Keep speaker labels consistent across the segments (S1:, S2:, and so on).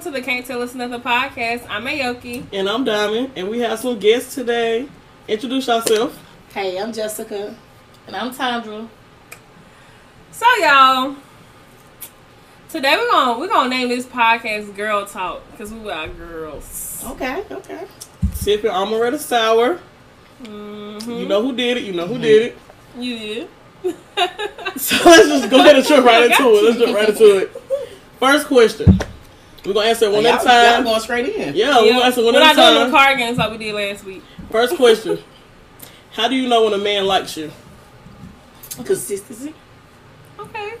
S1: to the Can't Tell Us Nothing podcast. I'm Aoki.
S2: And I'm Diamond, and we have some guests today. Introduce yourself.
S3: Hey, I'm Jessica. And I'm Tondra.
S1: So y'all, today we're gonna we're gonna name this podcast Girl Talk because we are girls.
S3: Okay, okay.
S2: Sipping Amaretto Sour.
S1: Mm-hmm.
S2: You know who did it. You know who did it.
S1: you did.
S3: Oh,
S2: So let's just go ahead and jump right into it. Let's jump right into it. First question. We're going to answer it one
S3: Oh, y'all,
S2: at a time.
S3: y'all going straight in.
S2: yeah, we're going to answer one
S1: We're
S2: at a
S1: not doing the
S2: time.
S1: card games like we did last week.
S2: First question. How do you know when a man likes you?
S3: Consistency,
S1: Okay.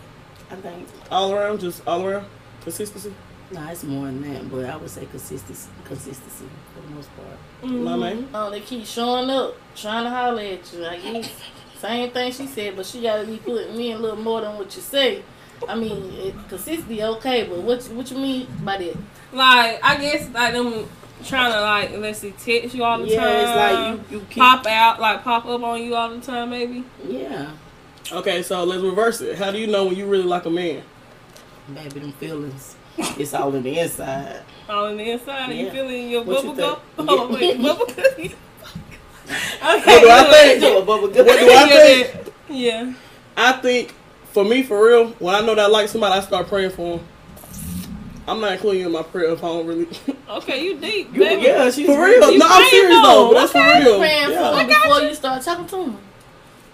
S3: I think.
S2: All around, just all around. Consistency.
S3: No, it's more than that, but I would say consistency, consistency for the most part.
S2: My
S1: Mm-hmm.
S2: man.
S4: Oh, they keep showing up, trying to holler at you. I guess same thing she said, but she gotta be putting in a little more than what you say. I mean, it, consistency okay, but what what you mean by that?
S1: Like I guess like them trying to like let's see text you all the
S3: yeah,
S1: time.
S3: it's like you, you keep.
S1: pop out like pop up on you all the time maybe.
S3: Yeah,
S2: Okay, so let's reverse it. How do you know when you really like a man?
S3: baby, them feelings. It's all in the inside.
S1: all on the inside. You
S3: Yeah.
S1: feeling your bubble
S3: What you
S1: gum?
S3: think?
S1: Oh,
S3: Yeah.
S1: wait, bubble gum. okay.
S2: What do I
S1: look.
S2: think?
S3: Do a bubble gum.
S2: What do I
S1: Yeah,
S2: think?
S1: that- Yeah.
S2: I think for me, for real, when I know that I like somebody, I start praying for them. I'm not including you in my prayer if I don't really.
S1: Okay, you deep,
S3: You-
S1: baby.
S3: yeah, she's
S2: for real?
S1: You
S2: No, I'm
S1: praying
S2: serious
S1: for
S2: though.
S1: 'em.
S2: But that's
S1: Okay.
S2: for real.
S4: Praying
S2: Oh, Yeah.
S4: for
S1: I
S4: them
S1: got
S4: before
S1: you.
S4: you start talking to them.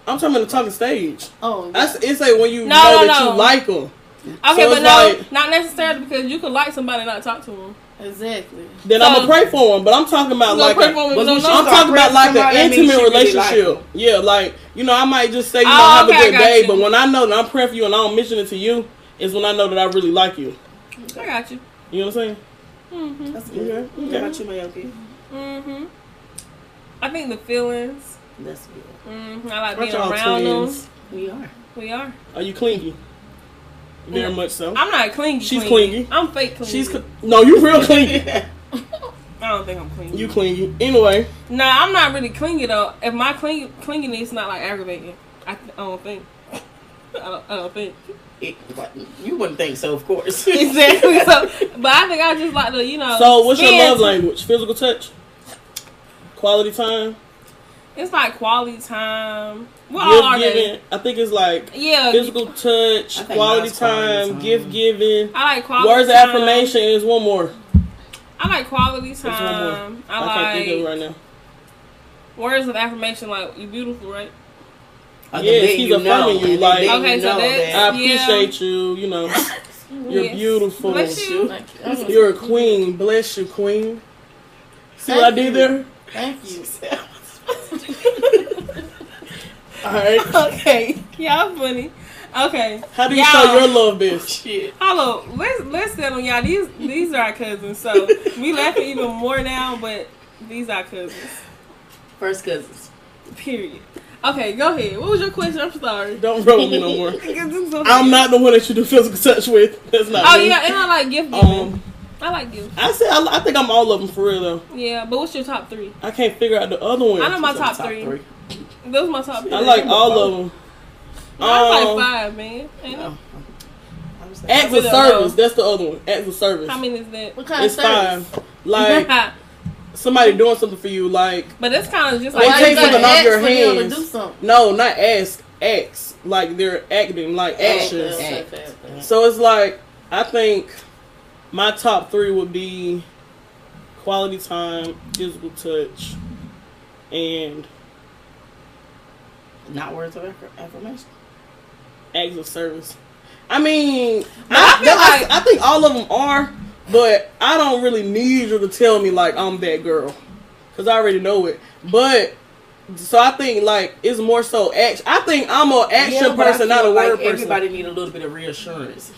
S2: I'm talking about the talking stage.
S4: Oh,
S2: I s- it say when you
S1: No,
S2: know
S1: no,
S2: that
S1: no.
S2: you like them.
S1: Okay,
S2: So
S1: but
S2: it's
S1: no,
S2: like-
S1: not necessarily because you could like somebody and not talk to them.
S4: exactly.
S2: Then
S1: So-
S2: I'm gonna pray for them. But I'm talking about like. A,
S3: but we
S2: I'm
S3: Start
S2: talking about
S3: praying
S2: like
S3: somebody,
S2: an
S3: that means
S2: intimate
S3: she really like
S2: relationship. yeah, like you know, I might just say you know
S1: Oh,
S2: have
S1: okay, I
S2: a good
S1: got
S2: day,
S1: you.
S2: but when I know that I'm praying for you and I don't mention it to you, is when I know that I really like you.
S1: I got you.
S2: You know what I'm saying?
S1: Mm-hmm.
S3: That's good.
S2: Okay,
S3: What
S2: okay.
S3: about you, Mayoki?
S1: Mm-hmm. I think the feelings.
S3: That's good.
S1: Mm-hmm. I like
S2: Aren't
S1: being
S2: y'all
S1: around
S2: twins?
S1: them.
S3: We are.
S1: We are.
S2: Are you clingy? Very
S1: No.
S2: much so.
S1: I'm not clingy.
S2: She's clingy.
S1: I'm fake clingy.
S2: She's cl- no, you real clingy.
S1: I don't think I'm clingy.
S2: You clingy. Anyway,
S1: Nah, I'm not really clingy though. If my cling- clinginess not like aggravating, I, th- I don't think. I don't, I don't think
S3: It- you wouldn't think so, of course.
S1: exactly. So, but I think I just like to, you know.
S2: so what's your
S1: spend-
S2: love language? Physical touch, quality time,
S1: It's like quality time. What all Uh, are
S2: gift
S1: they?
S2: giving. I think it's like
S1: Yeah,
S2: physical touch,
S3: I think
S2: quality
S3: mine's quality
S2: time,
S3: time.
S2: gift giving,
S1: I like quality.
S2: words of
S1: time.
S2: affirmation. Is one more.
S1: I like quality
S2: one more.
S1: time.
S2: I, can't
S1: I
S2: think of it
S1: like
S2: right now.
S1: words of affirmation. Like you beautiful, right?
S3: Other
S2: Yes,
S3: than
S2: he's
S3: you
S2: affirming
S3: know,
S2: you,
S3: and
S2: like-
S3: then
S1: Okay,
S3: you
S1: so uh,
S3: know
S1: that's-
S2: I
S3: that.
S1: Yeah.
S2: appreciate you. You know, you're
S1: Yes.
S2: beautiful.
S1: Bless you.
S4: Thank you. I'm-
S2: You're a queen. Bless you, queen. See what I
S4: Thank
S2: did
S4: you.
S2: there?
S4: Thank you.
S2: All right.
S1: okay, y'all funny. Okay,
S2: How do you
S1: Y'all.
S2: show your love best?
S3: Shit.
S1: Hello, let's let's settle, y'all. These these are our cousins, so we laughing even more now. But these are cousins.
S3: First cousins.
S1: Period. Okay, go ahead. What was your question? I'm sorry.
S2: Don't roll with me no more. I'm not the one that you do physical touch with. That's not
S1: Oh
S2: me.
S1: yeah, and I like gift giving.
S2: Um,
S1: I like gift.
S2: I said I, I think I'm all of them for real though.
S1: Yeah, but what's your top three?
S2: I can't figure out the other one.
S1: I know my
S3: So
S1: top, three.
S3: Mm-hmm.
S1: Those are my top three.
S2: I like all of them.
S1: I like
S2: Um,
S1: five, man. Ain't
S3: Oh.
S1: it?
S3: I was like,
S2: Acts of service. That's the other one. Acts of service.
S1: uh, How many is that?
S4: What kind
S2: it's
S4: of service?
S2: five. Like somebody doing something for you. Like
S1: but that's kind of just
S2: They
S1: like
S4: Why
S2: take
S4: you gotta
S2: something off
S4: ask
S2: your
S4: for them
S2: hands.
S4: To do something.
S2: no, not ask. Acts. Like they're acting. Like actions.
S3: Act.
S4: Okay, okay, okay.
S2: So it's like I think my top three would be quality time, physical touch, and
S3: Not words of affir- affirmation.
S2: acts of service. I mean,
S1: But
S2: I,
S1: I feel
S2: that- I-
S1: like-
S2: I think all of them are, but I don't really need you to tell me like I'm that girl, cause I already know it. But so I think like it's more so action. I think I'm a action
S3: Yeah, but I
S2: person, not a
S3: feel
S2: word
S3: like
S2: person.
S3: Everybody need a little bit of reassurance.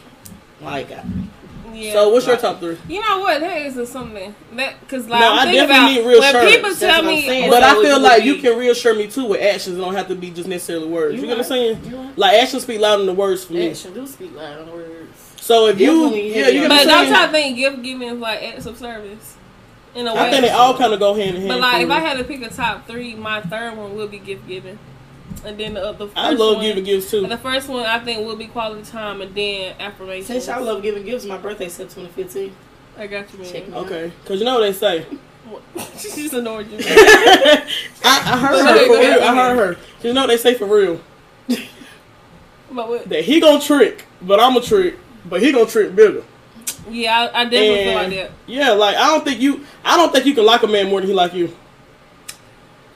S3: Like, uh, I-
S1: yeah.
S2: So what's your
S3: Right.
S2: top three?
S1: you know what? That is something that because like
S2: No,
S1: I'm
S2: I
S1: thinking about
S2: definitely need real
S1: when
S2: shirts.
S1: people
S3: That's
S1: tell
S3: what I'm
S1: me
S3: saying.
S2: But
S3: So
S2: I
S3: it
S2: feel
S3: would
S2: like
S3: be-
S2: you can reassure me too with actions. It don't have to be just necessarily words. You,
S4: You
S2: get what I'm
S4: right.
S2: saying?
S4: You right.
S2: Like actions speak louder than the words for me.
S4: Action do speak loud in words.
S2: So if you,
S3: Definitely
S2: yeah, you get
S3: heavy
S2: what
S1: But
S2: I'm
S1: don't
S2: saying?
S1: y'all think gift giving is like acts of service? In a way.
S2: I think they all kind of go hand in hand.
S1: but like
S2: for
S1: if I
S2: me.
S1: had to pick a top three, my third one would be gift giving. And then the, uh, the first
S2: I love
S1: one,
S2: giving gifts too.
S1: The first one I think will be quality time and then affirmation.
S3: since y'all love giving gifts, my birthday September 15th.
S1: I got you, man.
S3: Check me out.
S2: Okay, cause you know what they say.
S1: she just annoyed you.
S2: I, I heard her. For real. I heard her. You know what they say for real.
S1: but what,
S2: That he gonna trick, but I'm going to trick, but he gonna trick bigger.
S1: yeah, I, I definitely feel like that.
S2: And yeah, like I don't think you. I don't think you can like a man more than he like you.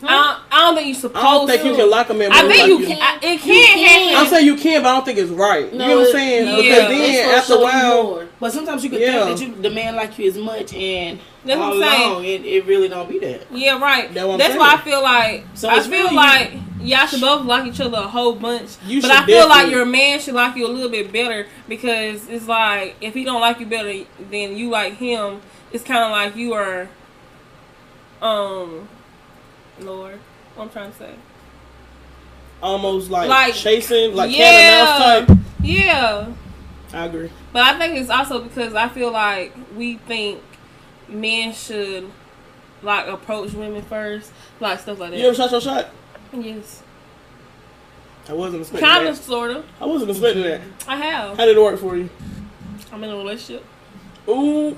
S1: I don't, I don't think you supposed.
S2: I don't think you
S1: to.
S2: can like a man more
S1: I
S2: than
S1: think
S2: he like
S1: you
S2: you.
S1: can. I, it can,
S4: You can.
S1: happen.
S2: I'm saying you can, but I don't think it's right.
S4: No,
S2: you know what
S4: it-
S2: I'm saying?
S1: no.
S2: because
S1: Yeah.
S2: then
S4: It's
S2: after a
S4: supposed to show you
S2: while,
S4: more.
S3: But sometimes you can
S2: Yeah.
S3: think that you, the man like you as much and
S1: That's what
S3: all
S1: I'm saying.
S3: along, and it really don't be that.
S1: Yeah, right.
S2: That's what I'm
S1: That's why
S2: saying.
S1: I feel like
S3: So
S1: I
S3: it's
S1: feel
S3: really-
S1: like y'all should both like each other a whole bunch.
S2: You
S1: but
S2: should
S1: I feel like
S2: definitely-
S1: your man should like you a little bit better because it's like if he don't like you better than you like him, it's kind of like you are, um, Lord, what I'm trying to say.
S2: almost like,
S1: Like-
S2: chasing, like
S1: yeah,
S2: cat and mouse
S1: yeah.
S2: type. I agree.
S1: But I think it's also because I feel like we think men should like approach women first, like stuff like that.
S2: You ever shot your shot?
S1: Yes,
S2: I wasn't expecting
S1: kind of,
S2: that.
S1: sort of.
S2: I wasn't expecting that.
S1: I have.
S2: How did it work for you?
S1: I'm in a relationship.
S2: Ooh.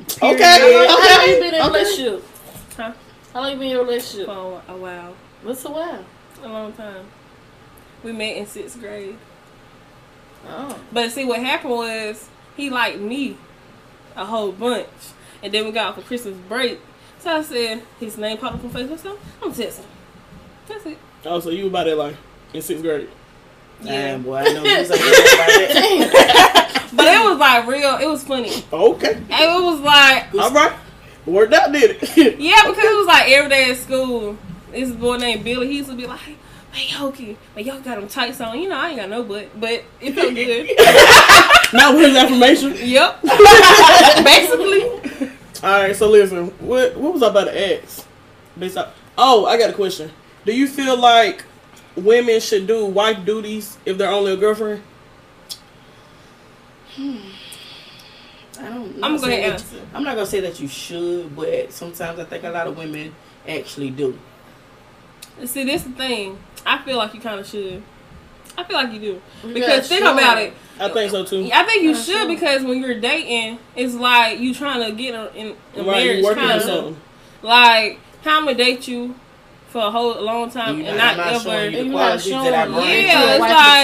S2: Okay.
S3: Period.
S4: How long you been
S2: Okay.
S4: in a
S2: okay.
S4: relationship?
S1: Huh?
S4: How long you been in a relationship?
S1: For a while.
S4: What's a while?
S1: A long time. We met in sixth grade.
S4: Oh.
S1: But see what happened was he liked me a whole bunch. And then we got off for Christmas break. So I said his name popped up on Facebook, so I'm texting. him. That's it.
S2: Oh, so you about that like in sixth grade?
S1: Yeah.
S3: Damn, boy, I know you was like that.
S1: But it was like real it was funny. And
S2: Okay.
S1: it was like
S2: All right. Worked out, did it?
S1: Yeah, because it was like every day at school, this boy named Billy, he used to be like, Man, Yoki, man, y'all got them tights on. You know, I ain't got no butt, but it felt good.
S2: Not with his affirmation.
S1: yep. Basically.
S2: All right, so listen, what what was I about to ask? Based on, oh, I got a question. Do you feel like women should do wife duties if they're only a girlfriend?
S3: I don't.
S1: I'm
S3: not
S1: gonna
S3: saying that-
S1: answer.
S3: I'm not gonna say that you should, but sometimes I think a lot of women actually do.
S1: See, this the thing. I feel like you kind of should. I feel like you do.
S4: You
S1: Because
S4: got
S1: think
S4: short.
S1: about it.
S2: I think so too.
S1: I think you
S4: That's
S1: should
S4: true.
S1: because when you're dating, it's like you trying to get a- in a
S2: right, you
S1: marriage.
S2: working on
S1: kinda.
S2: something.
S1: Like, how I'm going to date you for a whole a long time
S2: Um,
S3: You
S1: and
S3: know,
S1: not,
S3: I'm not
S1: ever.
S3: showing you
S4: You
S3: the
S4: not
S3: qualities that I
S4: showing.
S3: bring.
S4: Right. Show a wife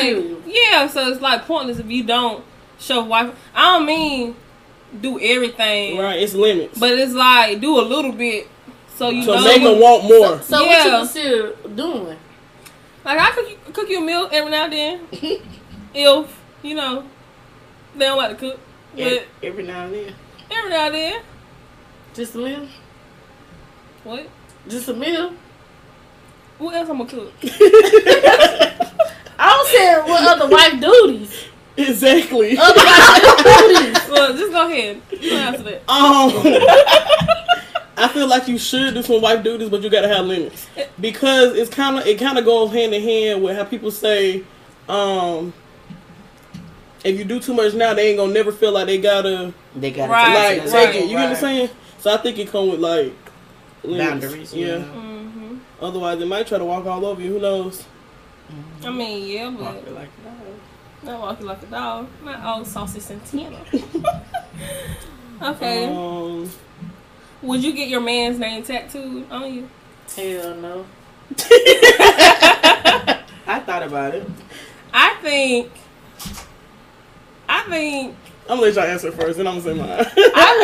S1: Yeah, it's
S4: material.
S1: like yeah, so it's like pointless if you don't show wife. I don't mean do everything,
S2: Right, it's limits.
S1: but it's like do a little bit so you
S2: so
S1: know.
S2: make them want more.
S4: So what you
S1: Yeah.
S4: consider doing?
S1: Like I cook you, cook you a meal every now and then. if you know they don't like to cook,
S3: E-
S1: but
S3: Every now and then.
S1: every now and then,
S4: Just a meal?
S1: what?
S4: Just a meal?
S1: What else I'm gonna cook?
S4: I was saying what other wife duties.
S2: exactly.
S4: Other wife duties.
S1: well, just go ahead. You answer that.
S2: Um, I feel like you should do some wife duties, but you gotta have limits because it's kind of it kind of goes hand in hand with how people say, um, if you do too much now, they ain't gonna never feel like they gotta
S3: They got
S1: Right, Right.
S2: like take it. You get what I'm saying? So I think it come with like limits.
S3: Boundaries.
S2: Yeah.
S3: Yeah.
S1: hmm
S2: Otherwise, they might try to walk all over you. Who knows?
S1: I mean, yeah,
S2: Hmm.
S3: Walk it
S1: but
S3: like that.
S1: not walking like a dog. Not all sausage and Santana. okay.
S2: Um,
S1: Would you get your man's name tattooed on you?
S4: Hell no.
S3: I thought about it.
S1: I think. I think.
S2: I'm gonna let y'all answer first, and I'm gonna say mine.
S1: I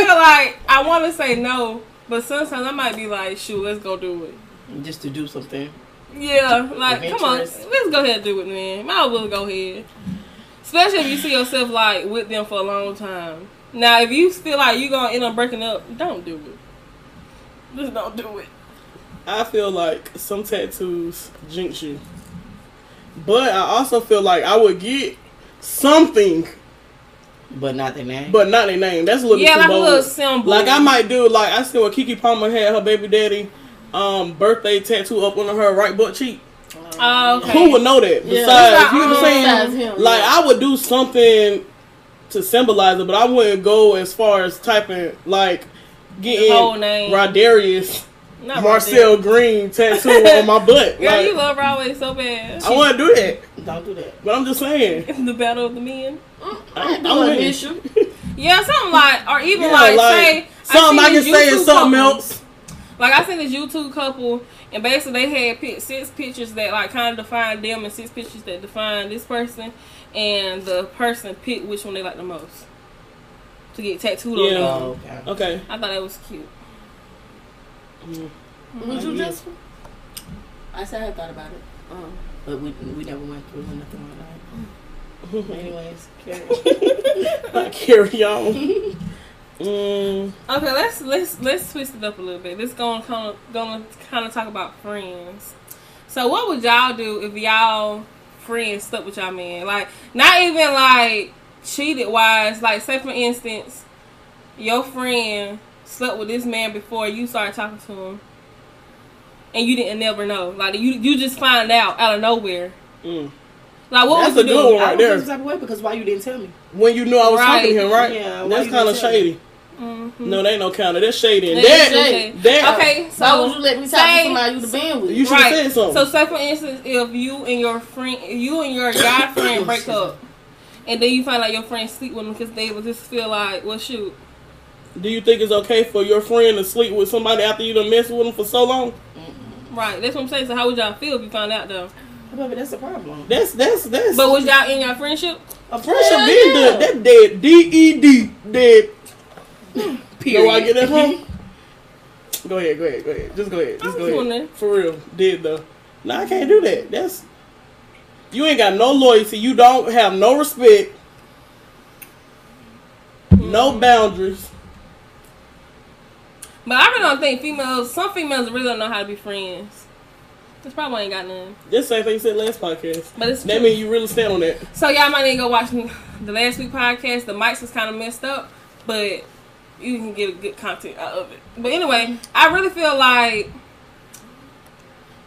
S1: feel like I want to say no, but sometimes I might be like, shoot, let's go do it.
S3: Just to do something.
S1: Yeah, like come on,
S3: Adventurous.
S1: let's go ahead and do it, man. Might as well go ahead. Especially if you see yourself like with them for a long time. Now, if you feel like you're gonna end up breaking up, don't do it. Just don't do it.
S2: I feel like some tattoos jinx you. But I also feel like I would get something,
S3: But not the name.
S2: but not their name. That's a little
S1: yeah,
S2: too
S1: like
S2: bold.
S1: a little symbol.
S2: Like I might do like I see what Kiki Palmer had her baby daddy um birthday tattoo up on her right butt cheek.
S1: Oh, okay.
S2: Who would know that?
S4: Yeah.
S2: Besides, you know what I'm
S1: Besides,
S2: saying?
S4: Besides him.
S2: Like I would do something to symbolize it, but I wouldn't go as far as typing like getting
S1: whole name.
S2: Rodarius
S1: Not
S2: Marcel
S1: Rodney.
S2: Green tattoo on my butt.
S1: Girl,
S2: Like,
S1: you love Broadway so bad.
S2: I want to do that,
S3: Don't do that.
S2: but I'm just saying.
S1: the battle of the men.
S4: I ain't
S2: I'm
S4: doing
S2: with
S4: this.
S1: Yeah, something like, or even
S2: Yeah,
S1: like,
S2: like,
S1: say,
S2: something I
S1: seen
S2: can
S1: this
S2: say is
S1: YouTube
S2: something
S1: couple.
S2: else.
S1: Like I seen this YouTube couple, and basically they had pic- six pictures that like kind of define them, and six pictures that define this person, and the person picked which one they like the most to get tattooed
S2: Yeah.
S1: on. Them.
S3: Oh, okay.
S2: Okay.
S1: I thought that was cute.
S4: Would you
S3: Yeah.
S4: just? Oh. I said I thought about it.
S3: Um, but we, we never went through or nothing like that. Anyways, carry on.
S2: Carry on. Mm,
S1: Okay, let's let's let's twist it up a little bit. Let's go on kind of going to kind of talk about friends. So, what would y'all do if y'all friends stuck with y'all man? Like, not even like cheated wise. Like, say for instance, your friend slept with this man before you started talking to him, and you didn't never know. Like, you you just find out out of nowhere.
S2: mm.
S1: Like, what
S2: That's
S1: would
S2: a
S1: you
S2: good
S1: do?
S2: one.
S3: I
S2: Right
S3: was
S2: there.
S3: just type of way because why you didn't tell me?
S2: When you knew I was talking to him, right?
S3: Yeah, why
S2: That's
S3: you didn't
S2: kind of
S3: tell
S2: shady.
S1: Mhm.
S2: No, they ain't no counter. That's shady. And
S1: That
S2: that,
S1: is shady.
S2: that-
S1: Okay, so
S4: Why would you let me talk
S1: say-
S4: to somebody you the been with?
S2: You should have said something.
S1: So say for instance, if you and your friend, if you and your guy friend break up, and then you find out your friend sleep with them because they will just feel like, well, shoot,
S2: Do you think it's okay for your friend to sleep with somebody after you done messed with them for so long?
S1: right? That's what I'm saying. So how would y'all feel if you found out though?
S3: But that's the problem.
S2: That's that's that's.
S1: But was y'all in your friendship?
S3: A
S2: friendship
S3: friendship
S2: been done. That dead. D E D dead.
S3: Period.
S2: Know where I get that from? go ahead, go ahead, go ahead. Just go ahead.
S1: was
S2: Just go
S1: wondering.
S2: ahead. For real, dead though. No, I can't do that. That's you ain't got no loyalty. You don't have no respect.
S1: Mm-hmm.
S2: No boundaries.
S1: But I really don't think females. Some females really don't know how to be friends. This probably ain't got none.
S2: That's the same thing you said last podcast.
S1: But it's
S2: That
S1: true.
S2: means you really stand on that.
S1: So y'all might need to go watch the last week podcast. The mics was kind of messed up, but you can get good content out of it. But anyway, I really feel like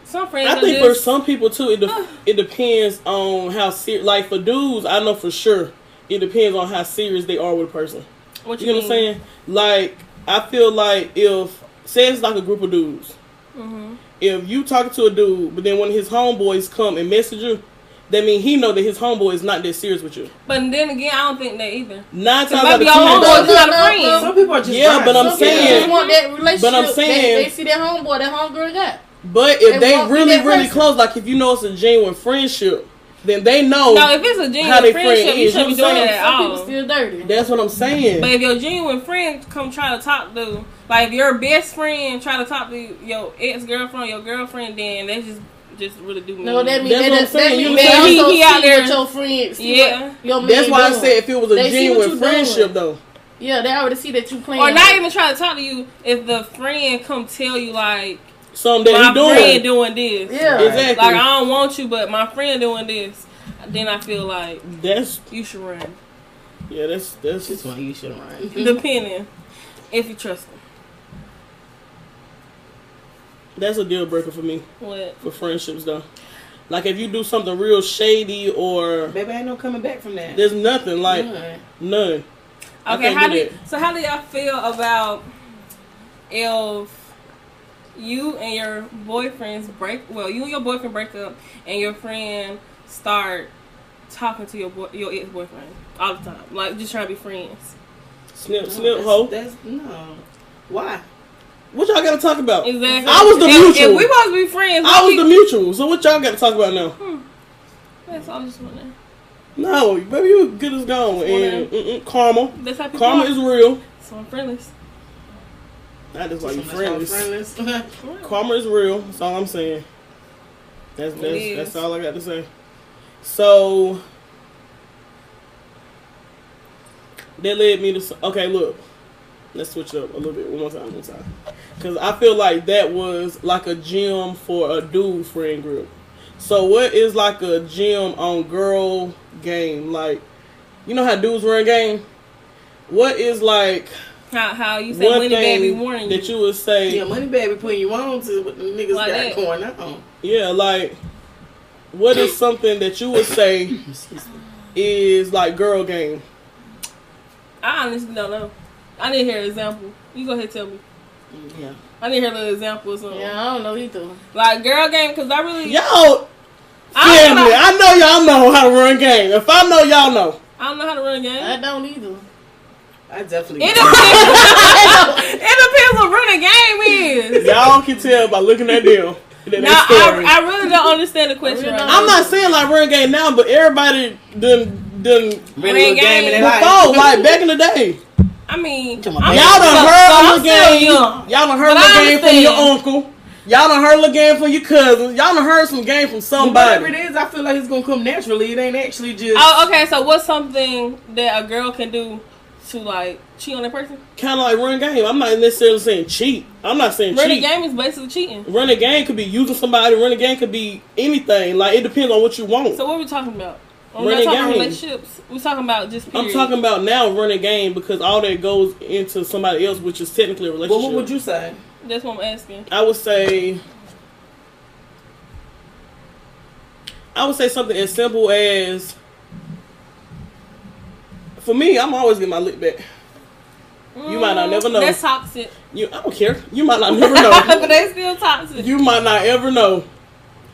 S1: some friends.
S2: I
S1: are
S2: think for
S1: just,
S2: some people too, it de- it depends on how serious. Like for dudes, I know for sure it depends on how serious they are with a person.
S1: what
S2: You know what I'm
S1: mean?
S2: saying? Like I feel like if say it's like a group of dudes,
S4: Mm-hmm.
S1: Mhm.
S2: if you talking to a dude, but then one of his homeboys come and message you, that mean he know that his homeboy is not that serious with you.
S1: But then again, I don't think that either.
S2: Nine times
S1: Cause
S2: out of
S1: maybe your
S2: ten,
S1: homeboy
S2: though,
S1: is not a
S4: No, no, no.
S1: friend.
S3: Some people are just
S2: Yeah,
S3: vibes.
S2: but I'm
S4: Some people
S2: saying-
S4: just want that relationship.
S2: But I'm saying-
S4: they, they see that homeboy, that homegirl got.
S2: but
S4: They
S2: if they
S4: won't be
S2: really
S4: that
S2: really
S4: person.
S2: close, like if you know it's a genuine friendship, then they know.
S1: No, if it's a
S2: How
S1: genuine
S2: they friend
S1: friendship, you
S2: is,
S1: shouldn't
S2: you
S1: be
S2: know what
S1: doing
S2: I'm
S1: that
S2: saying?
S1: at
S4: Some people
S1: all.
S4: still dirty.
S2: that's what I'm saying.
S1: But if your genuine friend come try to talk to, like if your best friend try to talk to your ex girlfriend, your girlfriend, then they just just really do mean.
S4: no, that means
S2: That's
S4: that,
S2: what I'm
S4: that,
S2: saying.
S4: that
S2: You
S4: means
S1: what
S2: know
S1: I'm
S4: they also
S1: saying? He out
S4: see
S1: there-
S4: what your friends. See
S1: Yeah.
S4: what your man
S2: That's why I
S4: doing.
S2: said if it was a
S4: They see what
S2: genuine
S4: you doing.
S2: friendship though.
S4: Yeah, they already see that you playing.
S1: or not
S4: with.
S1: even try to talk to you if the friend come tell you like
S2: something that
S1: my
S2: he doing.
S1: friend doing this.
S4: Yeah.
S2: Exactly.
S1: Like I don't want you, but my friend doing this. Then I feel like
S2: that's
S1: you should run.
S2: yeah, that's that's
S3: This one you should run.
S1: Depending if you trust them.
S2: that's a deal breaker for me
S1: What?
S2: for friendships though. Like if you do something real shady or
S3: Baby, ain't no coming back from that.
S2: there's nothing like
S3: None.
S2: none. I
S1: Okay,
S2: can't
S1: how
S2: do
S1: do you,
S2: that.
S1: so how do y'all feel about if you and your boyfriends break well, you and your boyfriend break up and your friend start talking to your boy, your ex boyfriend all the time. Like just trying to be friends.
S2: Snip,
S3: No,
S2: snip,
S3: that's-
S2: hoe.
S3: That's no. Why?
S2: What y'all gotta talk about?
S1: Exactly.
S2: I was the
S1: if,
S2: mutual.
S1: If we supposed to be friends,
S2: I was
S1: we-
S2: the mutual. So what y'all gotta talk about now?
S1: That's all I just wondering.
S2: No, baby, you good as gone. And mm-mm, karma,
S1: That's how people
S2: karma
S1: are.
S2: is real.
S1: so I'm friendless.
S2: Not just like you
S3: Something that's
S2: friends.
S3: called friendless.
S2: Karma is real. That's all I'm saying. That's
S1: It
S2: that's,
S1: is.
S2: that's all I got to say. So that led me to s- okay. Look, let's switch it up a little bit one more time, one more time, because I feel like that was like a gym for a dude friend group. So what is like a gym on girl game? Like, you know how dudes run game. What is like
S1: How how you say
S2: one
S1: Winnie Baby
S2: thing
S1: warning
S2: that you would say?
S3: yeah, money baby putting you on to what the niggas
S1: Like
S3: got
S1: that.
S3: going on.
S2: Yeah, like what is something that you would say
S3: Excuse me.
S2: is like girl game?
S1: I honestly don't know. I didn't hear an example. You go ahead and tell me.
S3: Yeah.
S1: I didn't hear an example or something.
S4: Yeah, I don't know either.
S1: Like girl game, because I really
S2: Y'all
S1: I don't,
S2: family,
S1: know,
S2: I know y'all know how to run game. If I know y'all know.
S1: I don't know how to run a game.
S4: I don't either.
S3: I definitely.
S1: It depends. it depends what running game is.
S2: Y'all can tell by looking at them. that they
S1: No, I,
S2: story.
S1: I really don't understand the question.
S4: I really
S1: right
S4: don't.
S2: I'm not saying like run game now, but everybody done done
S3: really
S1: Ring
S3: a game in
S1: game.
S3: their life.
S2: before, like back in the day.
S1: I mean,
S3: Y'all
S1: I'm-
S2: Y'all done
S1: so- so
S2: heard
S1: I'm
S2: the
S1: still
S2: game.
S1: young.
S2: Y'all done heard
S1: But I
S2: the game from your
S1: understand.
S2: uncle. Y'all done heard the game from your cousins. Y'all done heard some game from
S3: Whatever it
S2: somebody.
S3: is, I feel like it's gonna come naturally. It ain't actually just.
S1: Oh, okay. So what's something that a girl can do to like cheat on a person?
S2: Kind of like run game. I'm not necessarily saying cheat. I'm not saying
S1: Running
S2: cheat.
S1: game is basically cheating.
S2: Running game could be using somebody. Running game could be anything. Like it depends on what you want.
S1: So what are we talking about? We're not
S2: Running
S1: talking about
S2: game.
S1: relationships. We're talking about just. Period.
S2: I'm talking about now running game because all that goes into somebody else, which is technically a relationship.
S3: well, what would you say?
S1: That's what I'm asking.
S2: I would say. I would say something as simple as. For me, I'm always getting my lip back. You might not never know.
S1: That's toxic.
S2: You, I don't care. You might not never
S1: but
S2: know.
S1: they still toxic.
S2: you might not ever know.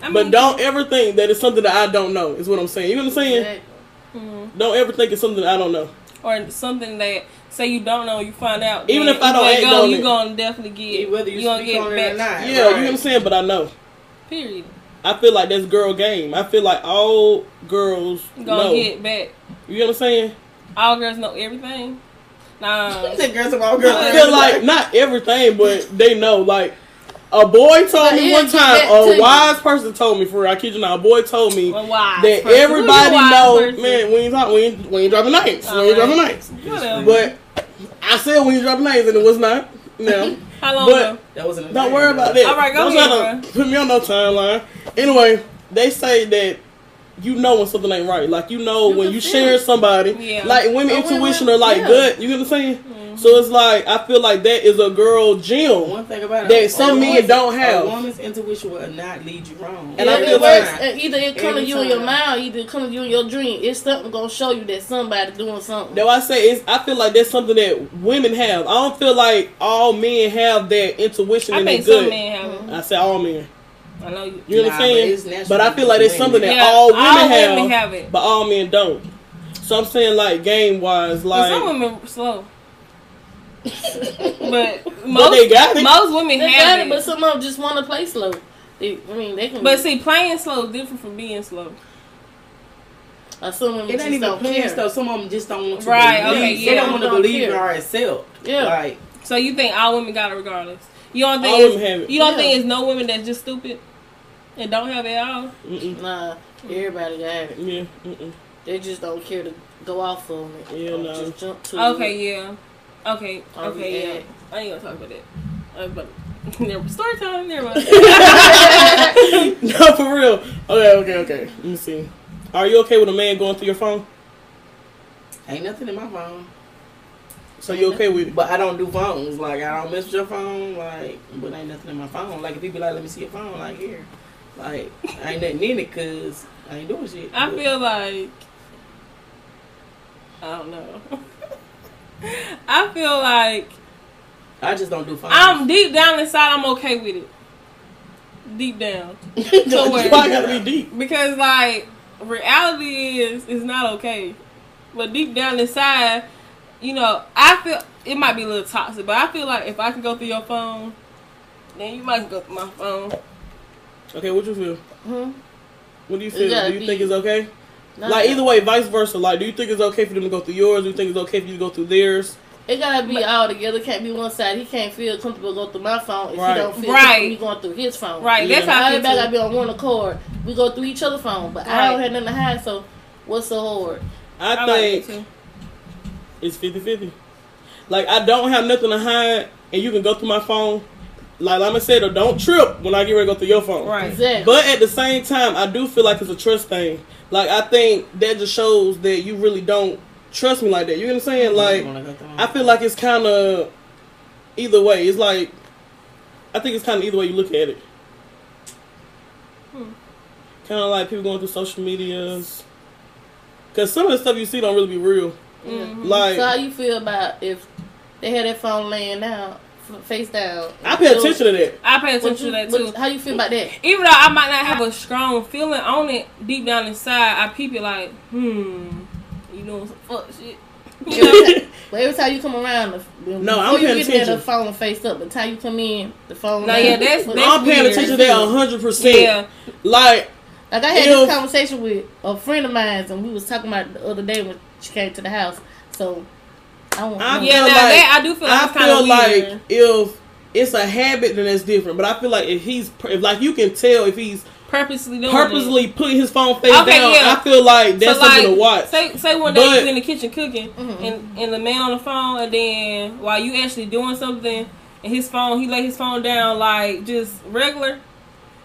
S1: I mean,
S2: But don't ever think that it's something that I don't know. Is what I'm saying. You know what I'm saying?
S4: Exactly.
S1: Mhm.
S2: Don't ever think it's something that I don't know.
S1: Or something that say you don't know, you find out.
S2: Even
S1: then
S2: if I don't
S1: you
S2: act
S1: go,
S2: on
S1: you
S2: it.
S1: gonna definitely get.
S3: Whether you,
S1: gonna
S3: speak
S1: get
S3: on
S1: back.
S3: it or not.
S2: Yeah, you know what I'm saying. But I know.
S1: Period.
S2: I feel like that's girl game. I feel like all girls
S1: You gonna
S2: know.
S1: get back.
S2: You know what I'm saying?
S1: All girls know everything. Nah.
S3: That girls of all
S2: I
S3: girls.
S2: feel like not everything, but they know. Like a boy told
S4: But
S2: me
S4: it'll
S2: one
S4: get
S2: time,
S4: back to
S2: a
S4: you.
S2: wise person told me for real. I kid you not, a boy told me
S1: Well, why?
S2: that
S1: First,
S2: everybody
S1: who's the
S2: know.
S1: wise person?
S2: Man, we ain't talking. We ain't, we ain't dropping names. we ain't dropping
S1: Alright.
S2: names.
S1: Whatever.
S2: But I said we ain't dropping names, and it was not. No,
S1: How long
S2: but-
S1: ago?
S3: That wasn't. a
S2: don't
S3: thing,
S2: worry
S3: bro.
S2: about that.
S1: Alright, go
S2: Don't
S1: ahead,
S2: try
S1: bro.
S2: to put me on no timeline. Anyway, they say that. You know when something ain't right. Like you know
S4: You
S2: when
S4: can
S2: you
S4: feel
S2: share
S4: it.
S2: somebody.
S1: Yeah.
S2: Like women
S4: Oh, when-
S2: intuition
S4: when-
S2: or like
S4: yeah.
S2: gut. You get what I'm saying?
S1: Mm-hmm.
S2: So it's like I feel like that is a girl gym.
S3: One thing about it,
S2: That
S3: a
S2: some men
S3: woman's-
S2: don't have.
S3: A woman's intuition will not lead you wrong.
S2: And
S4: yeah,
S2: I
S4: it
S2: feel
S4: works.
S2: like-
S4: And either it come to
S3: Every
S4: you in your
S3: time.
S4: mind, either it come to you in your dream. It's something gonna show you that somebody doing something.
S2: That's why I say it's, I feel like that's something that women have. I don't feel like all men have that intuition
S1: I
S2: and
S1: think
S2: that
S1: some
S2: good.
S1: men have it.
S2: I say all men.
S4: Mm-hmm.
S1: I know you.
S2: You know what
S3: Nah,
S2: I'm
S3: but
S2: saying?
S3: it's
S2: But,
S3: natural
S2: I feel like
S3: to
S2: it's
S3: women.
S2: something that
S1: Yeah,
S2: all women
S1: all
S2: have,
S1: women have it.
S2: but all men don't. So I'm saying like game wise,
S1: But
S2: like
S1: some women slow. but most
S2: but they got it.
S1: most women
S4: They
S1: have
S4: got it,
S1: it.
S4: but some of them just want to play slow. They, I mean, they can.
S1: But see, playing slow is different from being slow.
S4: uh, some women
S3: It
S4: just
S3: ain't even
S4: don't care.
S3: plans though. Some of them just don't want to
S1: Right,
S3: believe.
S1: okay, yeah.
S3: They don't want to
S4: Don't
S3: believe in
S4: care.
S3: our itself.
S4: Yeah.
S3: Like,
S1: So you think all women got it regardless? You don't think
S2: All
S1: it's-
S2: women have it.
S1: you don't
S4: Yeah.
S1: think it's no women that's just stupid and don't have it at all?
S2: Mm-mm.
S4: Nah, everybody got it.
S2: Yeah, mm-mm.
S4: They just don't care to go off on it.
S2: Yeah,
S4: Or
S2: no.
S4: Just jump
S2: Mm-hmm.
S4: to it.
S1: Okay, yeah. Okay,
S4: Or
S1: okay, yeah.
S4: react.
S1: I ain't gonna talk about that. Uh, but never, story time. Never mind.
S2: no, for real. Okay, okay, okay. Let me see. Are you okay with a man going through your phone?
S3: ain't nothing in my phone.
S2: So you okay with it?
S3: But I don't do phones. Like, I don't mess with your phone. Like, but ain't nothing in my phone. Like, if you be like, let me see your phone, like, here. Like, ain't nothing in it because I ain't doing shit.
S1: I
S3: But
S1: feel like I don't know. I feel like
S3: I just don't do phones.
S1: I'm deep down inside. I'm okay with it. Deep down, Don't worry.
S2: Why I gotta be deep?
S1: because like reality is is not okay, but deep down inside, you know, I feel it might be a little toxic, but I feel like if I can go through your phone, then you might go through my phone.
S2: Okay, what you feel?
S4: Hmm?
S2: What do you feel?
S4: gotta
S2: Do you think
S4: be-
S2: it's okay?
S4: Nah,
S2: Like either way, vice versa. Like, do you think it's okay for them to go through yours? Do you think it's okay for you to go through theirs?
S4: It gotta be all together. Can't be one side. He can't feel comfortable going through my phone if
S2: Right.
S4: he don't feel
S1: Right.
S4: comfortable me going through his phone.
S1: Right, that's how I feel.
S4: Everybody
S1: too.
S4: gotta be on one accord. We go through each other's phone, but I don't
S1: Right.
S4: have nothing to hide. So what's so hard?
S2: I,
S1: I like it
S2: think
S1: too.
S2: it's 50-50. Like I don't have nothing to hide, and you can go through my phone. Like Lama said, or don't trip when I get ready to go through your phone.
S1: Right.
S4: Exactly.
S2: But at the same time, I do feel like it's a trust thing. Like I think that just shows that you really don't trust me like that. You know what I'm saying? Like
S3: Mm-hmm.
S2: I feel like it's kind of either way. It's like I think it's kind of either way you look at it.
S1: Hmm.
S2: Kind of like people going through social medias, because some of the stuff you see don't really be real.
S1: Mm-hmm.
S4: Mhm.
S2: Like
S4: so how you feel about if they had their phone laying down, f- face down?
S2: I pay attention to that.
S1: I pay attention
S4: What you-
S1: to that
S4: what-
S1: too.
S4: How you feel about that?
S1: even though I might not have a strong feeling on it, deep down inside, I peep it like, hmm, you doing some fuck shit. You know?
S4: But every time you come around, the, the,
S2: No, I
S4: before
S2: don't
S4: you
S2: pay
S4: get there,
S2: attention.
S4: the phone face up. By the time you come in, the phone.
S1: Now,
S4: down.
S1: yeah, that's-
S4: But-
S1: that's-
S2: I'm paying
S1: weird.
S2: attention to that 100.
S1: Yeah.
S2: percent Like
S4: Like I had this
S2: If-
S4: conversation with a friend of mine, and we was talking about it the other day when she came to the house. So I don't.
S2: I
S4: know.
S1: Yeah, now
S2: feel like-
S1: that I do feel like
S2: I
S1: it's kind
S2: feel
S1: of
S2: like
S1: weird.
S2: if it's a habit, then that's different. But I feel like if he's per- if like you can tell if he's
S1: Purposely doing it.
S2: purposely putting his phone face
S1: Okay,
S2: down.
S1: yeah.
S2: I feel like that's
S1: so like,
S2: something to watch.
S1: Say, say one day
S2: But- Mm-hmm.
S1: you in the kitchen cooking,
S4: Mhm.
S1: and and the man on the phone, and then while you actually doing something, and his phone, he lay his phone down like just regular,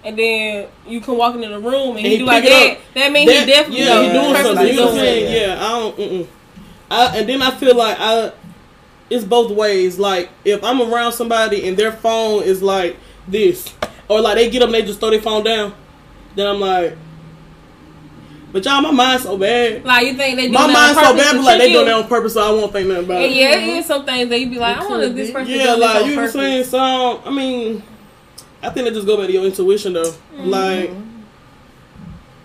S1: and then you come walking in the room and,
S2: And
S1: he,
S2: he
S1: do like
S2: pick it
S1: that.
S2: up.
S1: That means
S2: That-
S1: he definitely
S2: yeah, he
S3: Yeah,
S2: doing
S3: that's
S2: something.
S1: purposely
S2: You know what I'm
S1: doing it.
S3: doing it.
S2: saying? Yeah, I don't. Mm-mm. I, and then I feel like I, it's both ways. Like if I'm around somebody and their phone is like this, or like they get up and they just throw their phone down, then I'm like, but y'all, my mind's so bad.
S1: Like you think they do
S2: My
S1: that
S2: mind's
S1: on
S2: so
S1: purpose
S2: bad,
S1: to
S2: but like they
S1: trick you?
S2: doing that on purpose, so I won't think nothing about
S1: And
S2: it.
S1: yeah, it is some things that you be like, I
S4: It
S1: wonder if
S4: could
S1: this
S4: be.
S1: person
S2: Yeah,
S1: doing this
S2: like
S1: on
S2: you were
S1: purpose.
S2: saying, some. I mean, I think that just go back to your intuition, though.
S1: Mm-hmm.
S2: Like,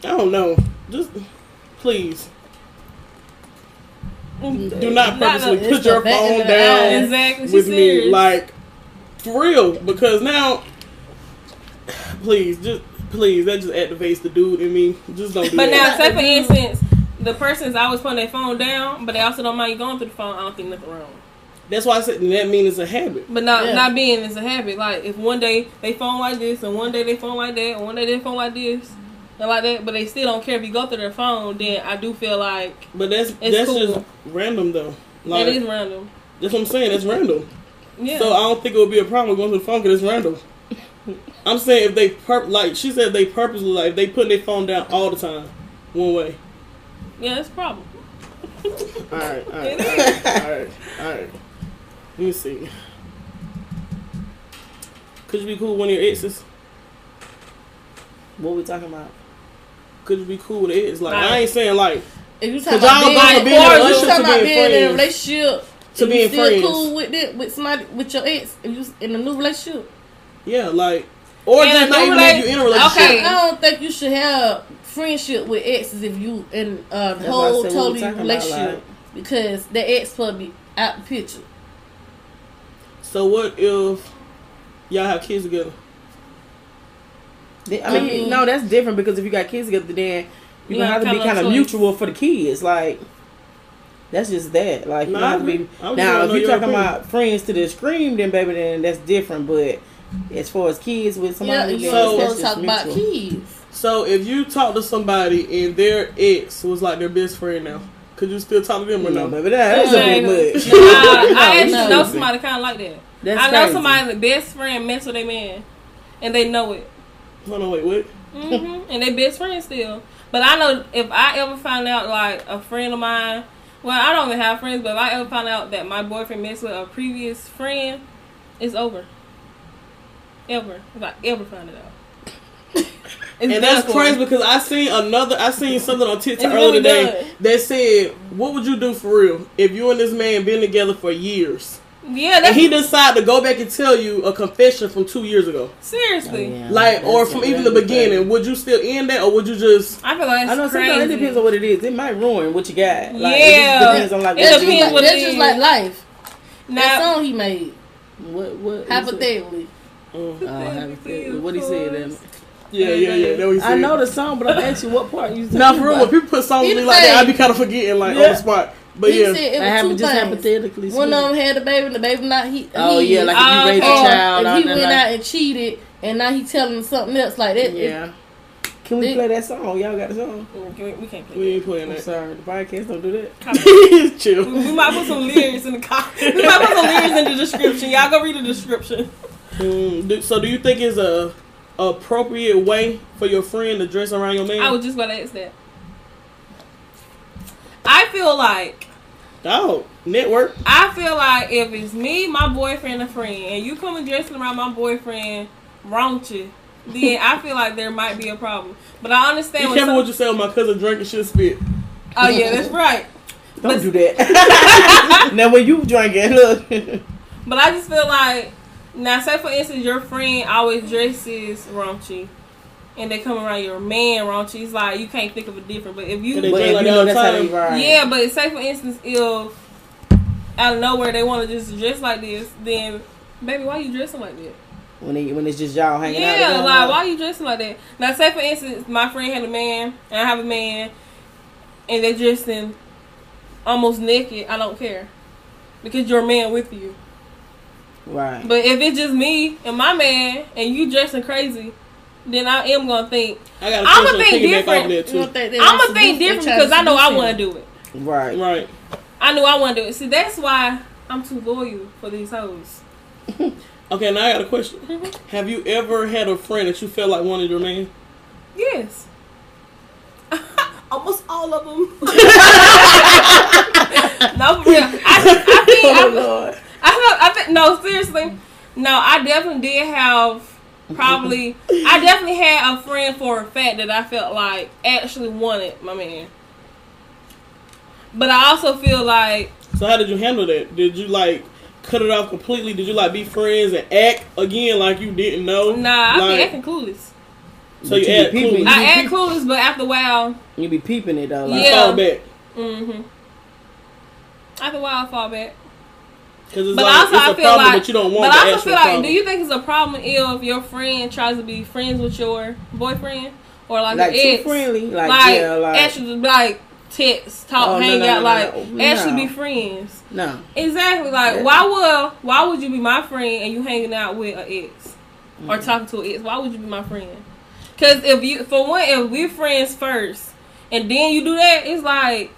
S2: I don't know. Just please do
S1: Not
S2: not
S1: no-
S2: purposely
S4: it's
S2: put
S4: the
S2: your
S4: back of
S2: phone
S4: the
S2: down
S4: eye.
S1: Exactly, she's
S2: with
S1: serious.
S2: me, like for real, because now, please, just please, that just activates the dude in me. Just don't do
S1: But
S2: that.
S1: now, say for instance, the person's always putting their phone down, but they also don't mind you going through the phone. I don't think nothing wrong.
S2: That's why I said and that means it's a habit.
S1: But not
S4: Yeah.
S1: not being is a habit. Like if one day they phone like this, and one day they phone like that, and one day they phone like this, and like that, but they still don't care if you go through their phone. Then I do feel like
S2: But that's
S1: It's
S2: that's
S1: cool.
S2: just random though.
S1: that is
S2: Like
S1: random.
S2: that's what I'm saying. That's random.
S1: Yeah.
S2: So I don't think it would be a problem going to the phone because it's random. I'm saying if they pur- like she said they purposely like they putting their phone down all the time, one way.
S1: yeah, it's a problem.
S2: All right, all right, all right, all right, all right. Let me see. Could you be cool with one of your exes?
S3: What we talking about?
S2: Could you be cool with an ex? Like I ain't saying like
S4: If you
S2: Cause
S4: talking about
S2: y'all
S4: being,
S2: both
S4: like,
S2: have been in a
S4: or if you
S2: relationship
S4: talking
S2: to being friends. To
S4: about being in a relationship, if
S2: being
S4: you still
S2: friends.
S4: cool with it with somebody with your ex, if you s- in a new relationship,
S2: yeah like or
S1: In a
S2: just not
S1: new
S2: even
S1: rela-
S2: if you in a relationship.
S1: Okay.
S4: I don't think you should have friendship with exes if you in a
S3: That's why I said
S4: whole
S3: what we
S4: totally
S3: talking about,
S4: relationship
S3: like-
S4: because the ex probably out the picture.
S2: So what if y'all have kids together?
S3: Th- I mean,
S4: Mhm.
S3: no, that's different because if you got kids together, then you
S1: Um, Yeah,
S3: gonna have to be
S1: kinda
S3: kind of
S1: choice.
S3: mutual for the kids. Like, that's just that. Like, Oh, you
S2: No,
S3: don't
S2: I
S3: have to
S2: agree.
S3: be.
S2: I was just
S3: Now,
S2: wanna
S3: if
S2: know
S3: you're
S2: your
S3: talking
S2: opinion.
S3: about friends to the scream, then baby, then that's different. But as far as kids with
S4: Yeah,
S3: somebody,
S4: you
S3: then
S2: So-
S4: ain't
S3: that's
S4: supposed to
S3: just
S4: talk about
S3: mutual.
S4: kids.
S2: So if you talk to somebody and their ex was like their best friend now, could you still talk to them or
S3: No,
S2: no?
S3: baby, that is a bit much.
S1: Nah, I
S4: No,
S1: actually
S4: no.
S1: know somebody kind of like that.
S3: That's
S1: I know
S3: crazy.
S1: somebody the best friend mess with their man, and they know it.
S2: Hold on, wait, what?
S1: hmm and they best friends still. But I know if I ever find out, like a friend of mine, well, I don't even have friends, but if I ever find out that my boyfriend messed with a previous friend, it's over. Ever, if I ever find it out, it's
S2: and
S1: done
S2: that's
S1: for.
S2: crazy because I seen another, I seen something on TikTok
S1: It's
S2: earlier
S1: really
S2: today that said, "What would you do for real if you and this man been together for years
S1: Yeah,
S2: and
S1: that's
S2: he decided to go back and tell you a confession from two years ago,
S1: seriously.
S3: Oh, Yeah,
S2: like or
S3: that's
S2: from
S3: a
S2: even the
S3: really
S2: beginning?
S3: thing.
S2: Would you still end that or would you just?"
S1: I feel like it's
S3: I know
S1: crazy.
S3: sometimes it depends on what it is. It might ruin what you got. Like,
S1: Yeah.
S3: It just depends on like
S1: It
S3: what
S4: That's
S3: you
S1: depends
S4: just
S3: like.
S1: what it
S4: like, that's just
S1: is.
S4: like life. That
S1: now,
S4: song he made,
S3: What what?
S4: hypothetically.
S2: Mm.
S3: Oh, hypothetically. What he
S1: Of
S3: said.
S1: course.
S3: um,
S2: Yeah, yeah, yeah. That what he
S3: I
S2: said.
S3: know the song, but I'm asking what part you.
S2: Now,
S3: talking
S2: for real,
S3: about?
S2: when people put songs
S4: He
S2: to me
S4: the
S2: like that, I
S4: same.
S2: be kind of forgetting, like on
S3: Yeah.
S2: the spot. But
S4: he
S2: yeah,
S4: said it
S3: I
S4: was
S3: happen
S4: two
S3: just
S4: things.
S3: hypothetically.
S4: One of
S3: speaking.
S4: them um, had the baby, and the baby not he.
S3: Oh
S4: he,
S3: yeah, like if
S1: Oh,
S3: you raised
S1: okay.
S3: a child.
S4: Or
S3: all
S4: if he
S3: that,
S4: went
S3: like-
S4: out and cheated, and now he telling something else like that.
S3: Yeah. Can we
S4: It-
S3: play that song? Y'all got the song?
S1: we, we can't play.
S2: we ain't playing
S3: I'm
S2: that.
S3: sorry, the podcast don't do that.
S1: that.
S2: Chill.
S1: We might put some lyrics in the co- we might put some lyrics in the description. Y'all go read the description.
S2: Mm, do, so, do you think it's a appropriate way for your friend to dress around your man?
S1: I was just about to ask that. I feel like
S2: Dog, network.
S1: I feel like if it's me, my boyfriend, and friend, and you come and dressing around my boyfriend raunchy, then I feel like there might be a problem. But I
S2: Be
S1: understand. when
S2: careful
S1: some-
S2: what you say. when My cousin drinking shit spit.
S1: oh yeah, that's right.
S3: Don't do that. now when you drink it, look.
S1: But I just feel like now, say for instance, your friend always dresses raunchy, and they come around your man raunchy. It's like you can't think of a different. But if you
S2: But They
S3: but
S2: drink
S3: if
S2: like
S3: you
S2: that all
S3: know
S2: the
S3: that's how
S2: time.
S3: they ride.
S1: Yeah, but say for instance, if out of nowhere they want to just dress like this, then baby, why you dressing like that?
S3: When they, when it's just y'all hanging out.
S1: Yeah,
S3: together,
S1: like why you dressing like that? Now, say for instance, my friend had a man, and I have a man, and they dressing almost naked. I don't care because your man with you.
S3: Right.
S1: But if it's just me and my man, and you dressing crazy, then I am gonna think
S2: I gotta
S1: I'ma
S2: push your
S1: think different.
S2: piggyback off that
S4: You don't
S2: too.
S4: think they
S1: I'm
S4: want
S1: gonna think
S4: seduce- they
S1: different
S4: trying to
S1: because I know I
S4: seduce
S1: want
S4: you.
S1: to do it.
S3: Right.
S2: Right.
S1: I know I want to do it. See, that's why I'm too loyal for these hoes.
S2: Okay, now I got a question.
S1: Mm-hmm.
S2: Have you ever had a friend that you felt like wanted your man?
S1: Yes. Almost all of them. no, for real. I, I think
S3: Oh,
S1: I,
S3: Lord.
S1: I, felt- I think no, seriously, no. I definitely did have probably. I definitely had a friend for a fact that I felt like actually wanted my man. But I also feel like
S2: So how did you handle that? Did you like cut it off completely? Did you like be friends and act again like you didn't know?
S1: nah, I be
S2: Like,
S1: acting clueless.
S2: So you
S3: But
S2: act
S3: be
S2: clueless.
S3: peeping.
S1: I
S3: you,
S1: act clueless, but after a while,
S3: be, you be peeping it though. Like,
S1: Yeah.
S2: fall back
S1: hmm After a while, I fall back.
S2: because it's
S1: But
S2: like
S1: also,
S2: it's a
S1: I feel
S2: problem,
S1: like-
S2: but you don't
S1: But
S2: want the
S1: I also
S2: actual
S1: feel like,
S2: problem.
S1: do you think it's a problem if your friend tries to be friends with your boyfriend or like,
S3: like
S1: an
S3: too
S1: ex?
S3: friendly. Like,
S1: Like,
S3: yeah, like
S1: actually, like text, talk,
S3: Oh, no,
S1: hang
S3: no,
S1: out,
S3: no,
S1: like
S3: no, no.
S1: actually be
S3: No.
S1: friends.
S3: no.
S1: Exactly. Like,
S3: Yeah.
S1: why would why would you be my friend and you hanging out with an ex or
S3: Mhm.
S1: talking to an ex? Why would you be my friend? Because if you, for one, if we're friends first and then you do that, it's like.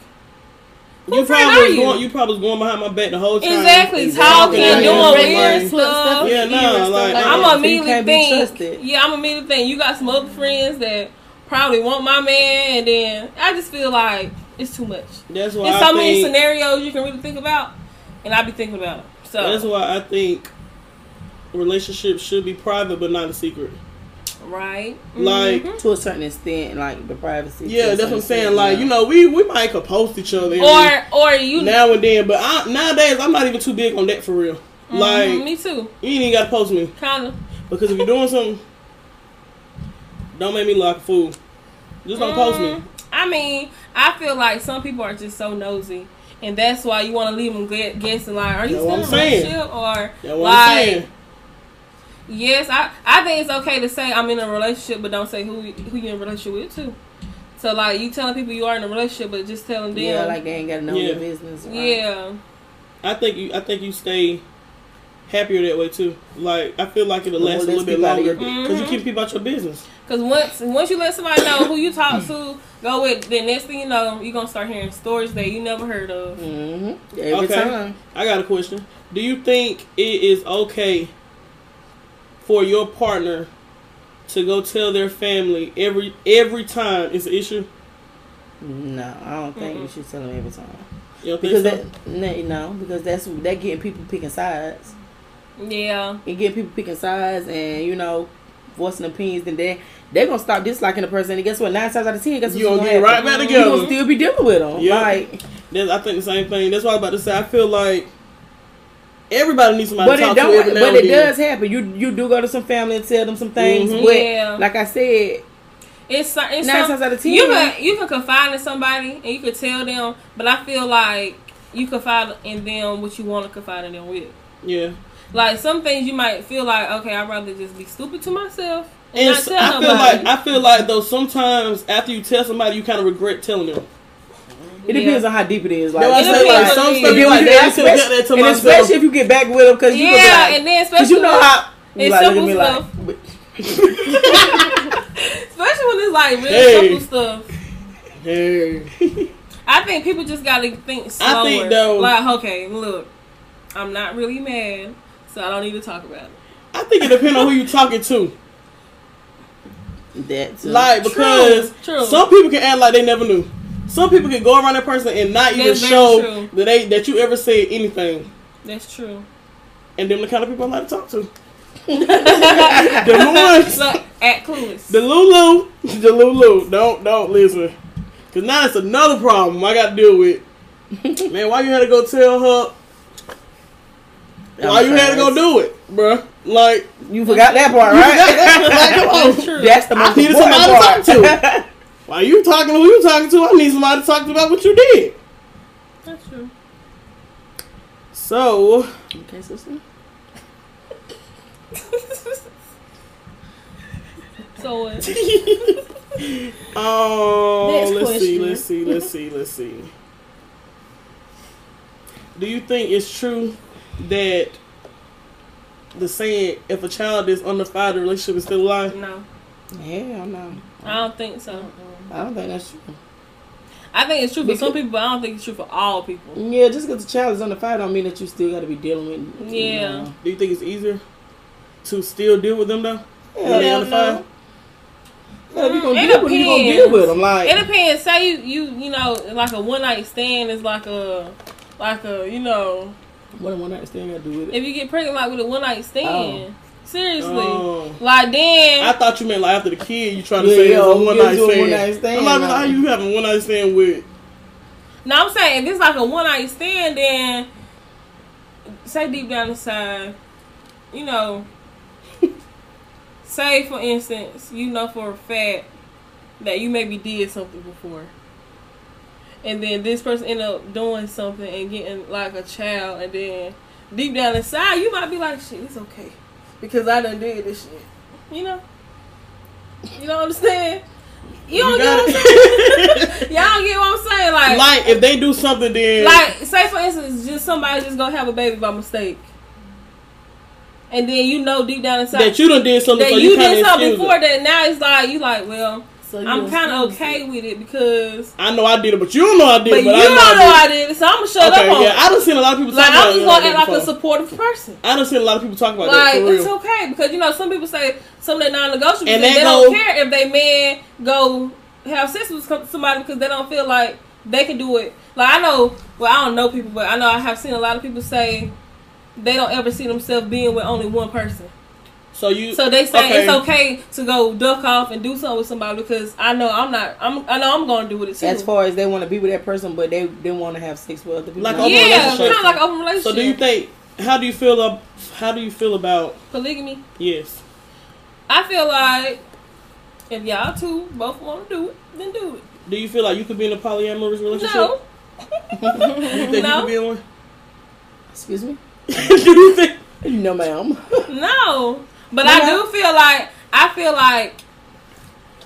S2: You
S1: who friend
S2: probably
S1: are
S2: was
S1: you?
S2: going. You probably was going behind my back the whole time.
S1: Exactly,
S3: Exactly.
S1: talking,
S2: Yeah,
S1: doing
S2: yeah.
S1: weird
S2: Yeah,
S1: stuff.
S2: yeah, nah,
S4: Stuff
S2: like,
S4: like
S1: I'm
S3: So
S1: gonna
S3: you
S1: immediately
S3: can't be
S1: think.
S3: trusted.
S1: Yeah, I'm immediately think. You got some other friends that probably want my man, and then I just feel like it's too much.
S2: That's why
S1: There's
S2: I
S1: so many
S2: think,
S1: scenarios you can really think about, and I be thinking about them. So
S2: That's why I think relationships should be private but not a secret.
S1: right,
S2: Like-
S1: Mhm.
S3: To a certain extent, like the privacy. to a
S2: Yeah, that's
S3: certain
S2: what I'm saying.
S3: extent,
S2: Like you know, we we might could post each other every
S1: or Mm-hmm. or you
S2: now and then, but I, nowadays I'm not even too big on that for real.
S1: Mhm,
S2: Like
S1: me too,
S2: you ain't even gotta post me
S1: kind of.
S2: because if you're doing something, don't make me look like a fool. Just don't post me.
S1: Mm-hmm. I mean, I feel like some people are just so nosy, and that's why you want to leave them gu- guessing. Like, are you
S2: That's
S1: still
S2: what
S1: in a
S2: I'm saying.
S1: relationship or
S2: That's what I'm
S1: like?
S2: saying.
S1: Yes, I, I think it's okay to say I'm in a relationship, but don't say who who you in a relationship with too. So like you telling people you are in a relationship, but just telling them,
S3: Yeah, like they ain't got no
S2: Yeah.
S3: your business. Right?
S1: yeah,
S2: I think you. I think you stay happier that way too. Like I feel like it'll
S3: Well,
S2: last a little
S3: let's
S2: bit
S3: keep out of
S2: longer
S3: your-
S2: because you keep people out your business.
S1: because once once you let somebody know who you talk to, go with, then next thing you know, you are gonna start hearing stories that you never heard of.
S3: hmm Every
S2: Okay.
S3: time.
S2: I got a question. Do you think it is okay for your partner to go tell their family every every time it's an issue?
S3: No, I don't think you
S1: Mm-mm.
S3: should tell them every time
S2: You don't think
S3: because
S2: so?
S3: that no, no, because that's that getting people picking sides.
S1: Yeah,
S3: and get people picking sides and you know voicing opinions then they they're gonna stop disliking the person and guess what nine times out of ten guess
S2: You gonna
S3: what's gonna
S2: get right
S3: happen?
S2: back
S1: You
S3: you gonna
S2: together.
S3: still be dealing with them
S2: Yeah.
S3: like
S2: That's, I think the same thing. That's what I was about to say. I feel like everybody needs somebody
S3: but
S2: to
S3: it
S2: talk to every
S3: don't
S2: now
S3: but
S2: and
S3: it
S2: then.
S3: does happen you you do go to some family and tell them some things
S2: Mhm.
S3: but
S1: Yeah.
S3: like I said
S1: it's so- it's
S3: nine
S1: some-
S3: times out of ten
S1: you can you can confide in somebody and you can tell them, but I feel like you confide in them what you want to confide in them with.
S2: Yeah.
S1: Like some things you might feel like, okay, I'd rather just be stupid to myself and,
S2: And
S1: not
S2: so-
S1: tell
S2: I feel
S1: nobody.
S2: like I feel like though sometimes after you tell somebody you kind of regret telling them.
S3: it
S1: Yeah.
S3: depends on how deep it is like,
S2: That's why I
S1: It
S2: say like
S1: depends on
S2: some
S1: the-
S2: stuff
S3: and then
S2: you like
S3: when you-
S2: that I could have got that to
S3: especially, and
S2: myself.
S3: especially if you get back with them because you
S1: yeah,
S3: yeah,
S1: and then
S3: because
S1: especially
S3: you know how you
S1: it's
S3: like, look at
S1: simple stuff.
S3: me like
S1: especially when it's like real
S2: Hey.
S1: simple stuff.
S2: Hey.
S1: I think people just gotta think slower.
S2: I think, though-
S1: like okay, look, I'm not really mad, so I don't need to talk about it.
S2: I think it depends on who you talking to.
S3: that's
S2: Like because
S1: true, true.
S2: some people can act like they never knew. Some people can go around that person and not even
S1: That's very
S2: show
S1: true.
S2: that they that you ever said anything.
S1: That's true.
S2: And them the kind of people I like to talk to. the ones,
S1: Look, at clueless.
S2: the Lulu, the Lulu. Don't don't listen, cause now it's another problem I got to deal with. Man, why you had to go tell her? Why you had to go do it, bruh? Like
S3: you forgot that part right
S2: Like, come on.
S3: that's the
S2: I
S3: most
S2: needed
S3: important
S2: somebody to
S3: part
S2: talk to. Why you talking to who you talking to? I need somebody to talk to about what you did.
S1: That's true.
S2: So,
S3: Okay, sister.
S1: So what?
S2: um,
S4: Next
S2: let's see,
S4: question.
S2: let's see, let's see, let's see. Do you think it's true that the saying "if a child is undefined, the relationship is still alive"?
S1: No,
S3: Hell no.
S1: I don't think so.
S3: I don't think that's true.
S1: I think it's true for some people, but I don't think it's true for all people.
S3: Yeah, just because the child is under fire don't mean that you still got to be dealing with.
S1: Yeah.
S3: No.
S2: Do you think it's easier to still deal with them though?
S3: Yeah,
S2: they
S3: hell
S2: under fire?
S3: no. Yeah, if you
S1: Mm,
S3: gonna
S1: it
S3: deal with them, you gonna deal
S1: depends.
S3: with them. Like,
S1: It depends. Say you you you know like a one night stand is like a like a you know
S3: what one night stand got to do with it?
S1: if you get pregnant like with a one night stand. Seriously,
S2: Oh.
S1: like then
S2: I thought you meant like after the kid, you trying to
S3: Yeah,
S2: say it's
S3: yo,
S2: a
S3: you
S2: one night
S3: do a
S2: stand.
S3: one-night stand,
S2: I'm like,
S3: like-
S2: how you having one night stand with?
S1: No, I'm saying if it's like a one night stand, then say deep down inside, you know, say for instance, you know for a fact that you maybe did something before, and then this person end up doing something and getting like a child, and then deep down inside you might be like, shit, it's okay because I done did this shit, you know. You don't understand. You don't get what I'm saying.
S2: it.
S1: Y'all don't get what I'm saying.
S2: like if they do something, then
S1: Like, say for instance, just somebody just gonna have a baby by mistake, and then you know deep down inside
S2: that you done did something.
S1: that
S2: so
S1: you,
S2: you, kinda
S1: did something
S2: excuse it.
S1: before that. Now it's like you like, well,
S4: So you
S1: I'm kind of
S4: excuse
S1: okay
S4: it.
S1: with it because,
S2: I know I did it, but you don't know I did
S1: but
S2: it.
S1: you
S2: But I
S1: don't know
S2: I
S1: I did, it, so I'm gonna shut
S2: Okay,
S1: up on
S2: yeah,
S1: it.
S2: I done seen a lot of people
S1: Like
S2: talk
S1: I'm
S2: about
S1: just
S2: it.
S1: gonna act like a
S2: before.
S1: supportive person.
S2: I done seen a lot of people talk about
S1: Like
S2: that for real.
S1: it's okay because you know some people say some of their non-negotiables
S2: And
S1: and
S2: that
S1: they
S2: go-
S1: don't care if they man go have sex with some- somebody because they don't feel like they can do it. Like I know, well I don't know people, but I know I have seen a lot of people say they don't ever see themselves being with only one person.
S2: so you
S1: So they say
S2: Okay.
S1: it's okay to go duck off and do something with somebody because I know I'm not. I'm I know I'm gonna do it too.
S3: As far as they want to be with that person, but they didn't want to have sex with other people.
S2: Like,
S3: No.
S2: open
S1: yeah,
S2: relationship.
S1: kind of like open relationship.
S2: So do you think? How do you feel up? How do you feel about
S1: polygamy?
S2: yes?
S1: I feel like if y'all two both want to do it, then do it.
S2: Do you feel like you could be in a polyamorous relationship?
S1: No.
S2: Do you think you
S1: No.
S2: could be in one?
S3: excuse me.
S2: do you think?
S3: No, ma'am.
S1: No, but I
S3: No.
S1: do feel like I feel like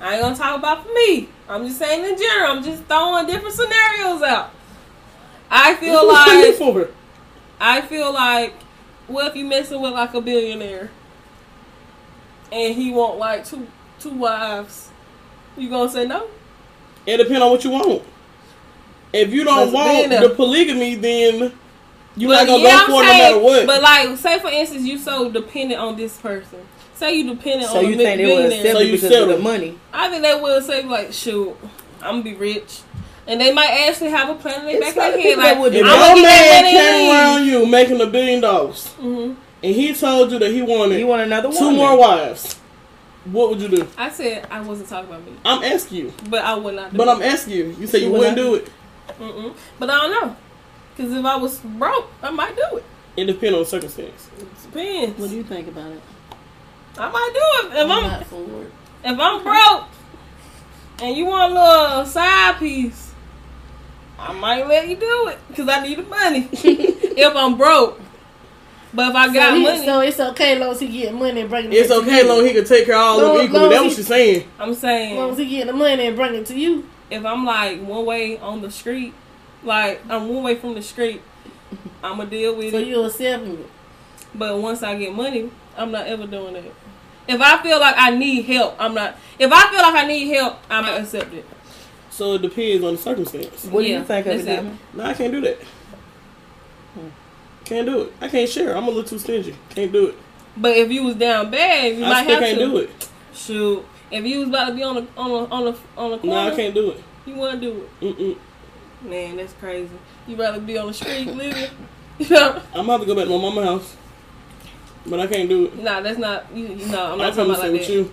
S1: I ain't gonna talk about for me. I'm just saying in general. I'm just throwing different scenarios out. I feel
S2: What you
S1: like
S2: for?
S1: I feel like well, if you messing with like a billionaire and he want like two two wives, you gonna say no?
S2: It depends on what you want. If you don't
S1: That's
S2: want
S1: being a-
S2: the polygamy, then you're not
S1: But
S2: gonna
S1: yeah,
S2: go for it
S1: I'm
S2: no
S1: saying-
S2: matter what.
S1: But like, say for instance, you so dependent on this person. Say you dependent
S3: So
S1: on
S3: you
S1: a
S3: think they
S1: billionaire.
S3: would accept
S2: So
S3: it
S2: you
S3: because
S2: settle.
S3: of the money?
S1: I think they will say like, "Shoot, I'm gonna be rich," and they might actually have a plan in their
S3: It's
S1: back
S3: a lot
S1: of their
S3: of
S1: head
S3: people that
S1: like, "I'm
S3: would do
S2: if
S1: gonna
S3: I'ma
S2: your
S1: get
S2: man came
S1: that
S2: around you making a billion dollars
S1: money." hmm
S2: and he told you that he wanted
S3: You want another one?
S2: two more wives, what would you do?
S1: I said I wasn't talking about me,
S2: I'm asking you,
S1: but I would not. Do
S2: but
S1: it.
S2: I'm asking you. You said you
S3: You would
S2: wouldn't
S3: not?
S2: do it.
S1: Mm-mm. But I don't know, because if I was broke, I might do it.
S2: It depends on circumstance.
S1: It depends.
S4: What do you think about it?
S1: I might do it if
S4: I'm
S1: I'm
S4: not for it.
S1: if I'm broke, and you want a little side piece. I might let you do it because I need the money. if I'm broke, but if I got
S4: so, he-
S1: money,
S4: so it's okay as long as he getting money and bringing it
S2: It's
S4: to
S2: okay,
S4: you.
S2: long he could take care of all of
S4: Long-
S2: them equally.
S4: long
S2: That's
S4: he-
S2: what she's saying.
S1: I'm saying
S4: As long as he getting the money and bringing it to you.
S1: if I'm like one way on the street, like I'm one way from the street, I'm gonna deal with
S4: So
S1: it.
S4: you accepting it.
S1: But once I get money, I'm not ever doing that. If I feel like I need help, I'm not. If I feel like I need help, I'm not accept it.
S2: So it depends on the circumstance.
S3: What do
S1: Yeah,
S3: you think of
S1: that's
S3: it,
S1: it.
S3: Diamond?
S2: No, I can't do that. Can't do it. I can't share. I'm a little too stingy. Can't do it.
S1: But if you was down bad, you
S2: I
S1: might
S2: still
S1: have
S2: can't
S1: to
S2: do it.
S1: shoot. If you was about to be on a on a on a on a
S2: No,
S1: corner,
S2: I can't do it.
S1: you want to do it.
S2: Mm-mm.
S1: Man, that's crazy. You rather be on the street living. You know?
S2: I'm gonna have to go back to my mama house, but I can't do it.
S1: Nah, that's not. You, you know, I'm not
S2: I'm
S1: talking
S2: not trying to
S1: about
S2: stay
S1: like
S2: with
S1: that.
S2: you.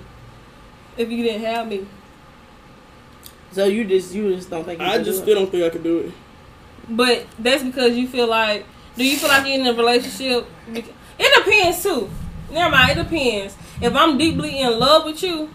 S1: If you didn't have me,
S3: So you just you just don't think you
S2: I
S3: can
S2: just
S3: do
S2: still
S3: it.
S2: don't think I could do it.
S1: But that's because you feel like. Do you feel like you're in a relationship? Bec- It depends too. Never mind. It depends. If I'm deeply in love with you,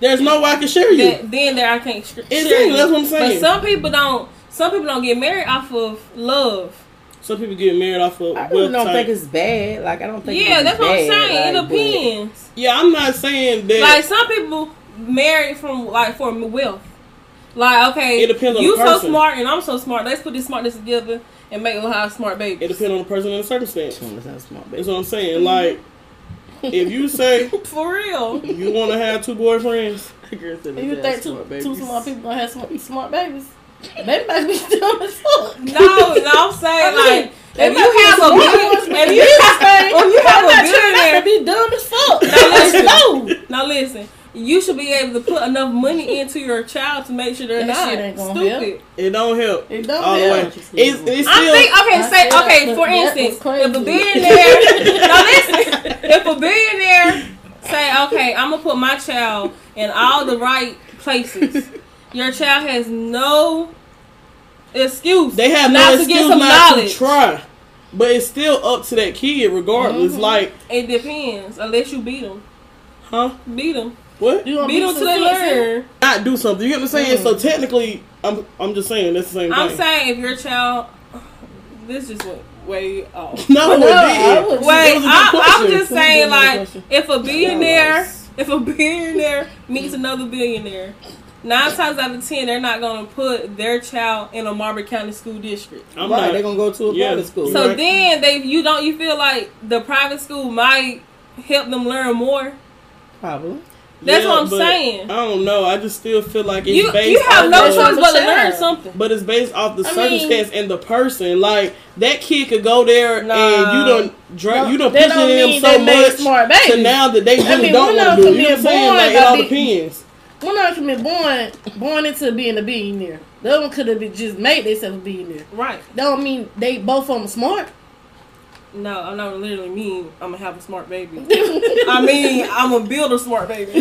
S2: There's no way I can share you.
S1: that, then there I can't. Sh- share
S2: Exactly,
S1: you.
S2: that's what I'm saying.
S1: But some people don't. Some people don't get married off of love.
S2: Some people get married off of
S3: I really don't
S2: website.
S3: think it's bad. Like I don't think.
S1: yeah,
S3: it's
S1: that's
S3: bad.
S1: what I'm saying.
S3: Like,
S1: it depends.
S2: yeah, I'm not saying that.
S1: Like some people marry from like for wealth. Like okay,
S2: It depends on
S1: you
S2: the
S1: so
S2: person.
S1: smart and I'm so smart. Let's put this smartness together and make a little smart baby.
S2: it depends on the person and the circumstance.
S3: but- That's smart,
S2: That's
S3: baby.
S2: what I'm
S1: Mm-hmm.
S2: saying. Like, if you say
S1: for real.
S2: you want to have two boyfriends,
S4: And you think two, two smart people gonna have smart, smart babies? They might be dumb as fuck.
S1: No, no, I'm saying
S4: I mean,
S1: like if you have a
S4: million,
S1: if you have,
S2: Oh,
S1: if you have a billionaire,
S4: to be dumb as fuck.
S1: listen.
S4: No,
S1: now listen, you should be able to put enough money into your child to make sure they're
S4: That
S1: not
S4: shit ain't gonna
S1: stupid.
S4: help.
S2: It don't help.
S4: it don't
S2: All the way.
S4: matter.
S2: It's, it's still.
S1: I think okay,
S4: I
S1: say
S4: feel
S1: okay,
S4: like
S1: for
S4: that was
S1: instance,
S4: crazy.
S1: if a billionaire now listen, if a billionaire say, Okay, I'm gonna put my child in all the right places, your child has no excuse.
S2: They have
S1: Not
S2: no
S1: to get
S2: excuse
S1: some
S2: not
S1: knowledge.
S2: to try. But it's still up to that kid, regardless.
S1: Mm-hmm.
S2: Like,
S1: it depends, unless you beat them.
S2: huh?
S1: Beat them.
S2: What?
S4: You gonna
S1: Beat them till they
S4: successful?
S1: learn.
S2: Not do something. You get what I'm saying? So technically, I'm I'm just saying that's the same
S1: Mm. I'm
S2: thing.
S1: saying if your child, this just went way off.
S2: no,
S4: No, I
S2: it
S4: would
S2: didn't.
S1: Wait,
S2: was a good
S1: I, I'm
S2: question.
S1: just
S4: That was a
S1: saying
S4: good
S1: like
S4: question.
S1: if a billionaire, if a billionaire meets another billionaire, nine times out of ten they're not gonna put their child in a Marbury County school district.
S2: I'm
S3: right,
S2: not.
S3: they're gonna go to a
S2: Yeah.
S3: private school.
S1: So
S2: Right.
S1: then they, you don't, you feel like the private school might help them learn more.
S3: Probably.
S1: That's
S2: Yeah,
S1: what I'm
S2: but
S1: saying.
S2: I don't know. I just still feel like it's
S1: You
S2: based.
S1: you have
S2: off
S1: no
S2: of-
S1: choice but to learn
S4: Yeah.
S1: something.
S2: But it's based off the
S4: I
S2: circumstance and the person. Like that kid could go there
S1: Nah.
S2: and you don't dra- you don't
S4: That
S2: pushing them so
S4: they made
S2: much
S4: smart babies.
S2: to now that they really
S4: mean,
S2: don't
S4: one
S2: want
S4: of
S2: to do.
S4: them
S2: it. You know what I'm
S4: can be
S2: saying?
S4: born
S2: Like
S4: by
S2: it all
S4: big-
S2: depends.
S4: One of them been born born into being a billionaire. The other one could have been just made themselves a billionaire.
S1: Right.
S4: That don't mean they both of them smart.
S1: No, I'm not literally mean. I'm gonna have a smart baby.
S4: I
S1: I mean, I'm gonna build a smart baby.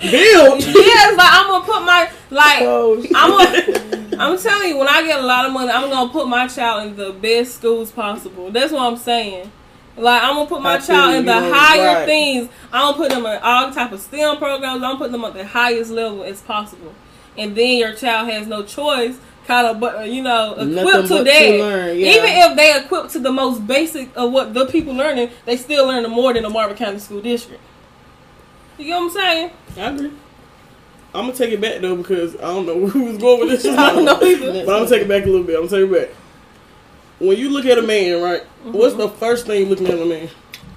S2: Bill,
S1: yes, like I'm gonna put my like
S3: Oh,
S1: I'm gonna, I'm telling you, when I get a lot of money, I'm gonna put my child in the best schools possible. That's what I'm saying. Like I'm gonna put my
S3: I feel
S1: child in
S3: you
S1: the
S3: on
S1: higher
S3: that.
S1: things. I'm gonna put them in all type of STEM programs. I'm putting them at the highest level as possible. And then your child has no choice, kind of, but uh, you know, equipped to
S3: but to
S1: that.
S3: learn, yeah.
S1: Even if they equipped to the most basic of what the people learning, they still learning more than the Marvin County School District. You know what I'm saying?
S2: I agree. I'm gonna take it back though because I don't know where we was going with this.
S1: I don't know either.
S2: But I'm gonna take it back a little bit. I'm gonna take it back. When you look at a man, right? What's
S1: Mm-hmm.
S2: the first thing you looking at a man?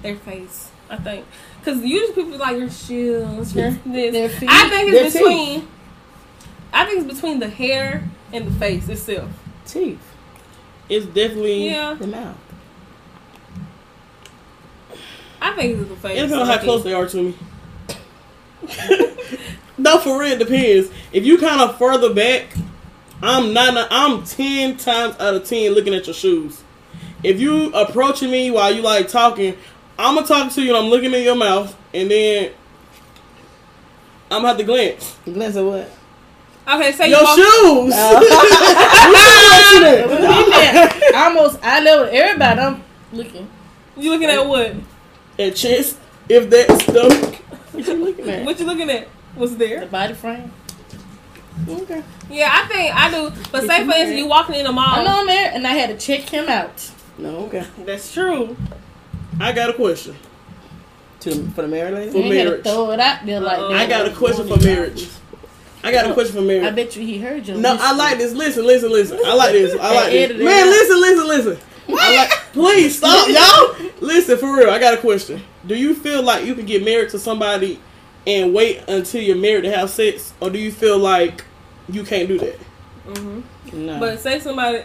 S1: their face. I think because usually people like your shoes, your this.
S4: Their feet,
S1: I think it's
S3: their
S1: between. I think it's between the hair and the face itself.
S3: teeth,
S2: It's definitely
S1: Yeah,
S3: the mouth.
S1: I think it's the face.
S2: It depends on how close they are to me. no, for real, it depends. If you kind of further back, I'm not. i I'm ten times out of ten looking at your shoes. If you approaching me while you like talking, I'm gonna talk to you and I'm looking in your mouth, and then I'm gonna have to glance.
S3: You glance at what?
S1: Okay, say you Oh.
S2: your
S1: walk-
S2: shoes.
S4: mean, that almost eye level to everybody. I'm looking.
S1: You looking at what?
S2: and chest, if that stuff.
S3: What you looking at?
S1: What you looking at? What's
S4: The
S1: there?
S4: body frame.
S3: Okay.
S1: Yeah, I think I do. But say for instance, you walking in the
S4: I
S1: mall.
S4: know I'm there, and I had to check him out.
S3: No, okay.
S1: That's true.
S2: I got a question.
S3: To the, for the married lady.
S2: For
S4: You had to
S2: marriage.
S4: throw it out there like.
S1: Uh-oh.
S2: I got a question for marriage. I got a question for marriage.
S4: I bet you he heard you.
S2: Uh-uh. No, I like this. Listen, listen, listen. I like this. I like
S4: Edit
S2: this.
S4: it
S2: Man,
S4: out.
S2: listen, listen, listen. I like, please stop, y'all. Listen, for real. I got a question. Do you feel like you can get married to somebody and wait until you're married to have sex, or do you feel like you can't do that?
S4: Mm-hmm.
S1: hmm
S2: Uh-huh.
S3: No.
S1: But say somebody.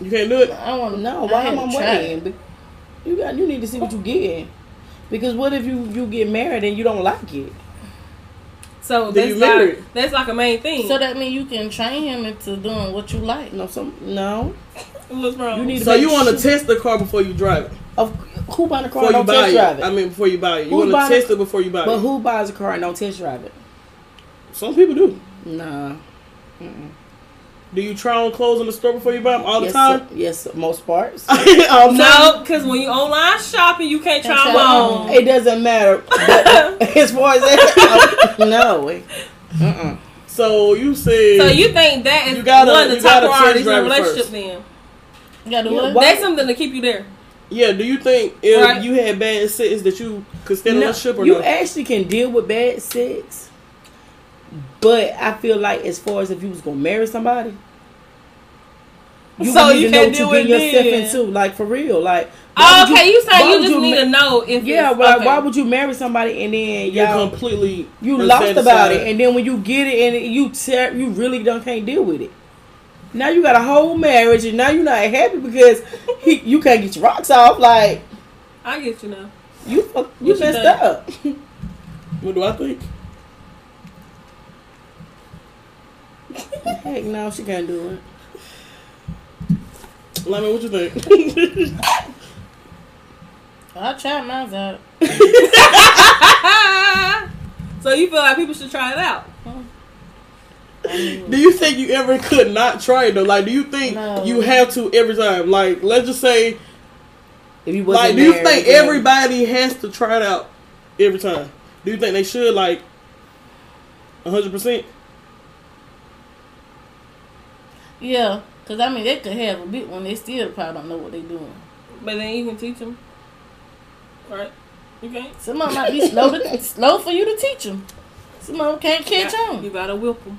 S2: You can't do it.
S4: I want to
S3: no, why
S4: I had
S3: am
S4: to
S3: I
S4: try it.
S3: waiting? Be- You got. You need to see what you get. Because what if you you get married and you don't like it?
S1: so
S2: Then
S1: that's
S2: you
S1: like
S2: married.
S1: that's like a main thing.
S4: So that means you can train him into doing what you like.
S3: No, some no.
S1: What's wrong?
S3: You need to
S2: So
S3: make
S2: you want
S3: sure-
S2: to test the car before you drive it,
S3: Of who buying a car
S2: before you
S3: and don't
S2: buy
S3: test
S2: it.
S3: drive it?
S2: I mean, before you buy it, you
S3: Who
S2: want
S3: buy
S2: to
S3: the-
S2: test it before you buy
S3: but
S2: it.
S3: who buys a car and don't test drive it?
S2: Some people do.
S3: Nah.
S2: Do you try on clothes in the store before you buy them all the
S3: yes,
S2: time?
S3: sir. yes, sir. most parts.
S2: All the time?
S1: no, because when you online shopping, you can't try
S4: Can't
S1: them
S4: try
S1: on.
S3: It doesn't matter. But as far as that, no. It, uh-uh.
S2: So you said
S1: So you think that is
S2: You gotta-
S1: one of the
S2: you
S1: top
S2: gotta test
S1: priorities in a
S2: drive it
S1: relationship
S2: first.
S1: then?
S4: You gotta do
S2: Yeah,
S4: what?
S2: why-
S1: That's something to keep you there.
S2: Yeah, do you think if
S1: Right.
S2: you had bad sex that you could stand on a ship or
S3: you
S2: no?
S3: actually can deal with bad sex, but I feel like as far as if you was gonna marry somebody,
S1: So
S3: would
S1: you
S3: need to
S1: can't
S3: know
S1: deal
S3: what
S1: with
S3: you getting yourself
S1: it then.
S3: into, like for real, like. why
S1: Oh,
S3: would
S1: okay, you,
S3: why
S1: say you
S3: would
S1: just need
S3: ma-
S1: to know if
S3: Yeah,
S1: it's,
S3: well,
S1: okay.
S3: why would you marry somebody and then
S2: You're
S3: y'all
S2: completely
S3: you lost about it,
S2: unsatisfied.
S3: and then when you get it and you tear, you really don't can't deal with it. Now you got a whole marriage, and now you're not happy because he, you can't get your rocks off. Like
S1: I get you now.
S3: you, fuck- you
S1: What you
S3: messed
S1: done?
S3: up.
S2: What do I think?
S3: Heck, no, she can't do it.
S2: Lemon, what you think?
S4: I tried mine out.
S1: so you feel like people should try it out.
S4: I mean,
S2: do you think you ever could not try it though? Like, do you think
S4: No.
S2: you have to every time? Like, let's just say,
S3: If you wasn't
S2: like, do you
S3: married,
S2: think
S3: then-
S2: everybody has to try it out every time? Do you think they should like, hundred percent?
S4: yeah, because I mean, they could have a big one. They still probably don't know what they doing.
S1: But then you can teach them. Right? You can't.
S4: Some of them might be slow, to, slow for you to teach them. Some of them can't catch
S1: You
S4: on.
S1: gotta whip them.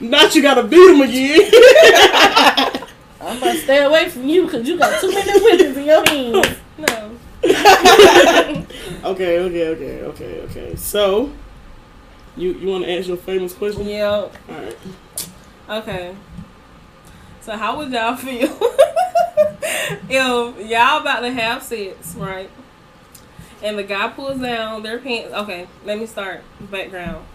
S2: Not you gotta beat them again.
S4: I'm about to stay away from you because you got too many whippings in your hands.
S1: No.
S2: okay, okay, okay, okay, okay. So, you you want to ask your famous question?
S1: Yeah.
S2: All right.
S1: Okay. So how would y'all feel if y'all about to have sex, right? And the guy pulls down their pants. Okay, let me start background.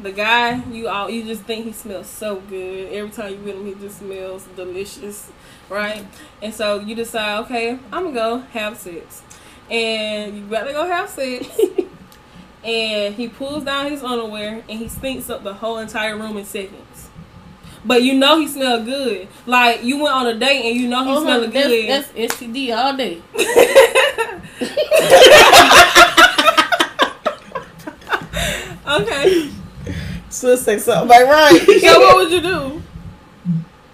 S1: The guy, you all, you just think he smells so good. Every time you with him, he just smells delicious, right? And so you decide, okay, I'm gonna go have sex, and you about to go have sex. and he pulls down his underwear and he stinks up the whole entire room in seconds. But you know he smelled good. Like you went on a date and you know he
S4: Oh, honey,
S1: smelled good.
S4: that's, that's STD all day.
S1: okay.
S3: Should say something like right.
S1: So what would you do?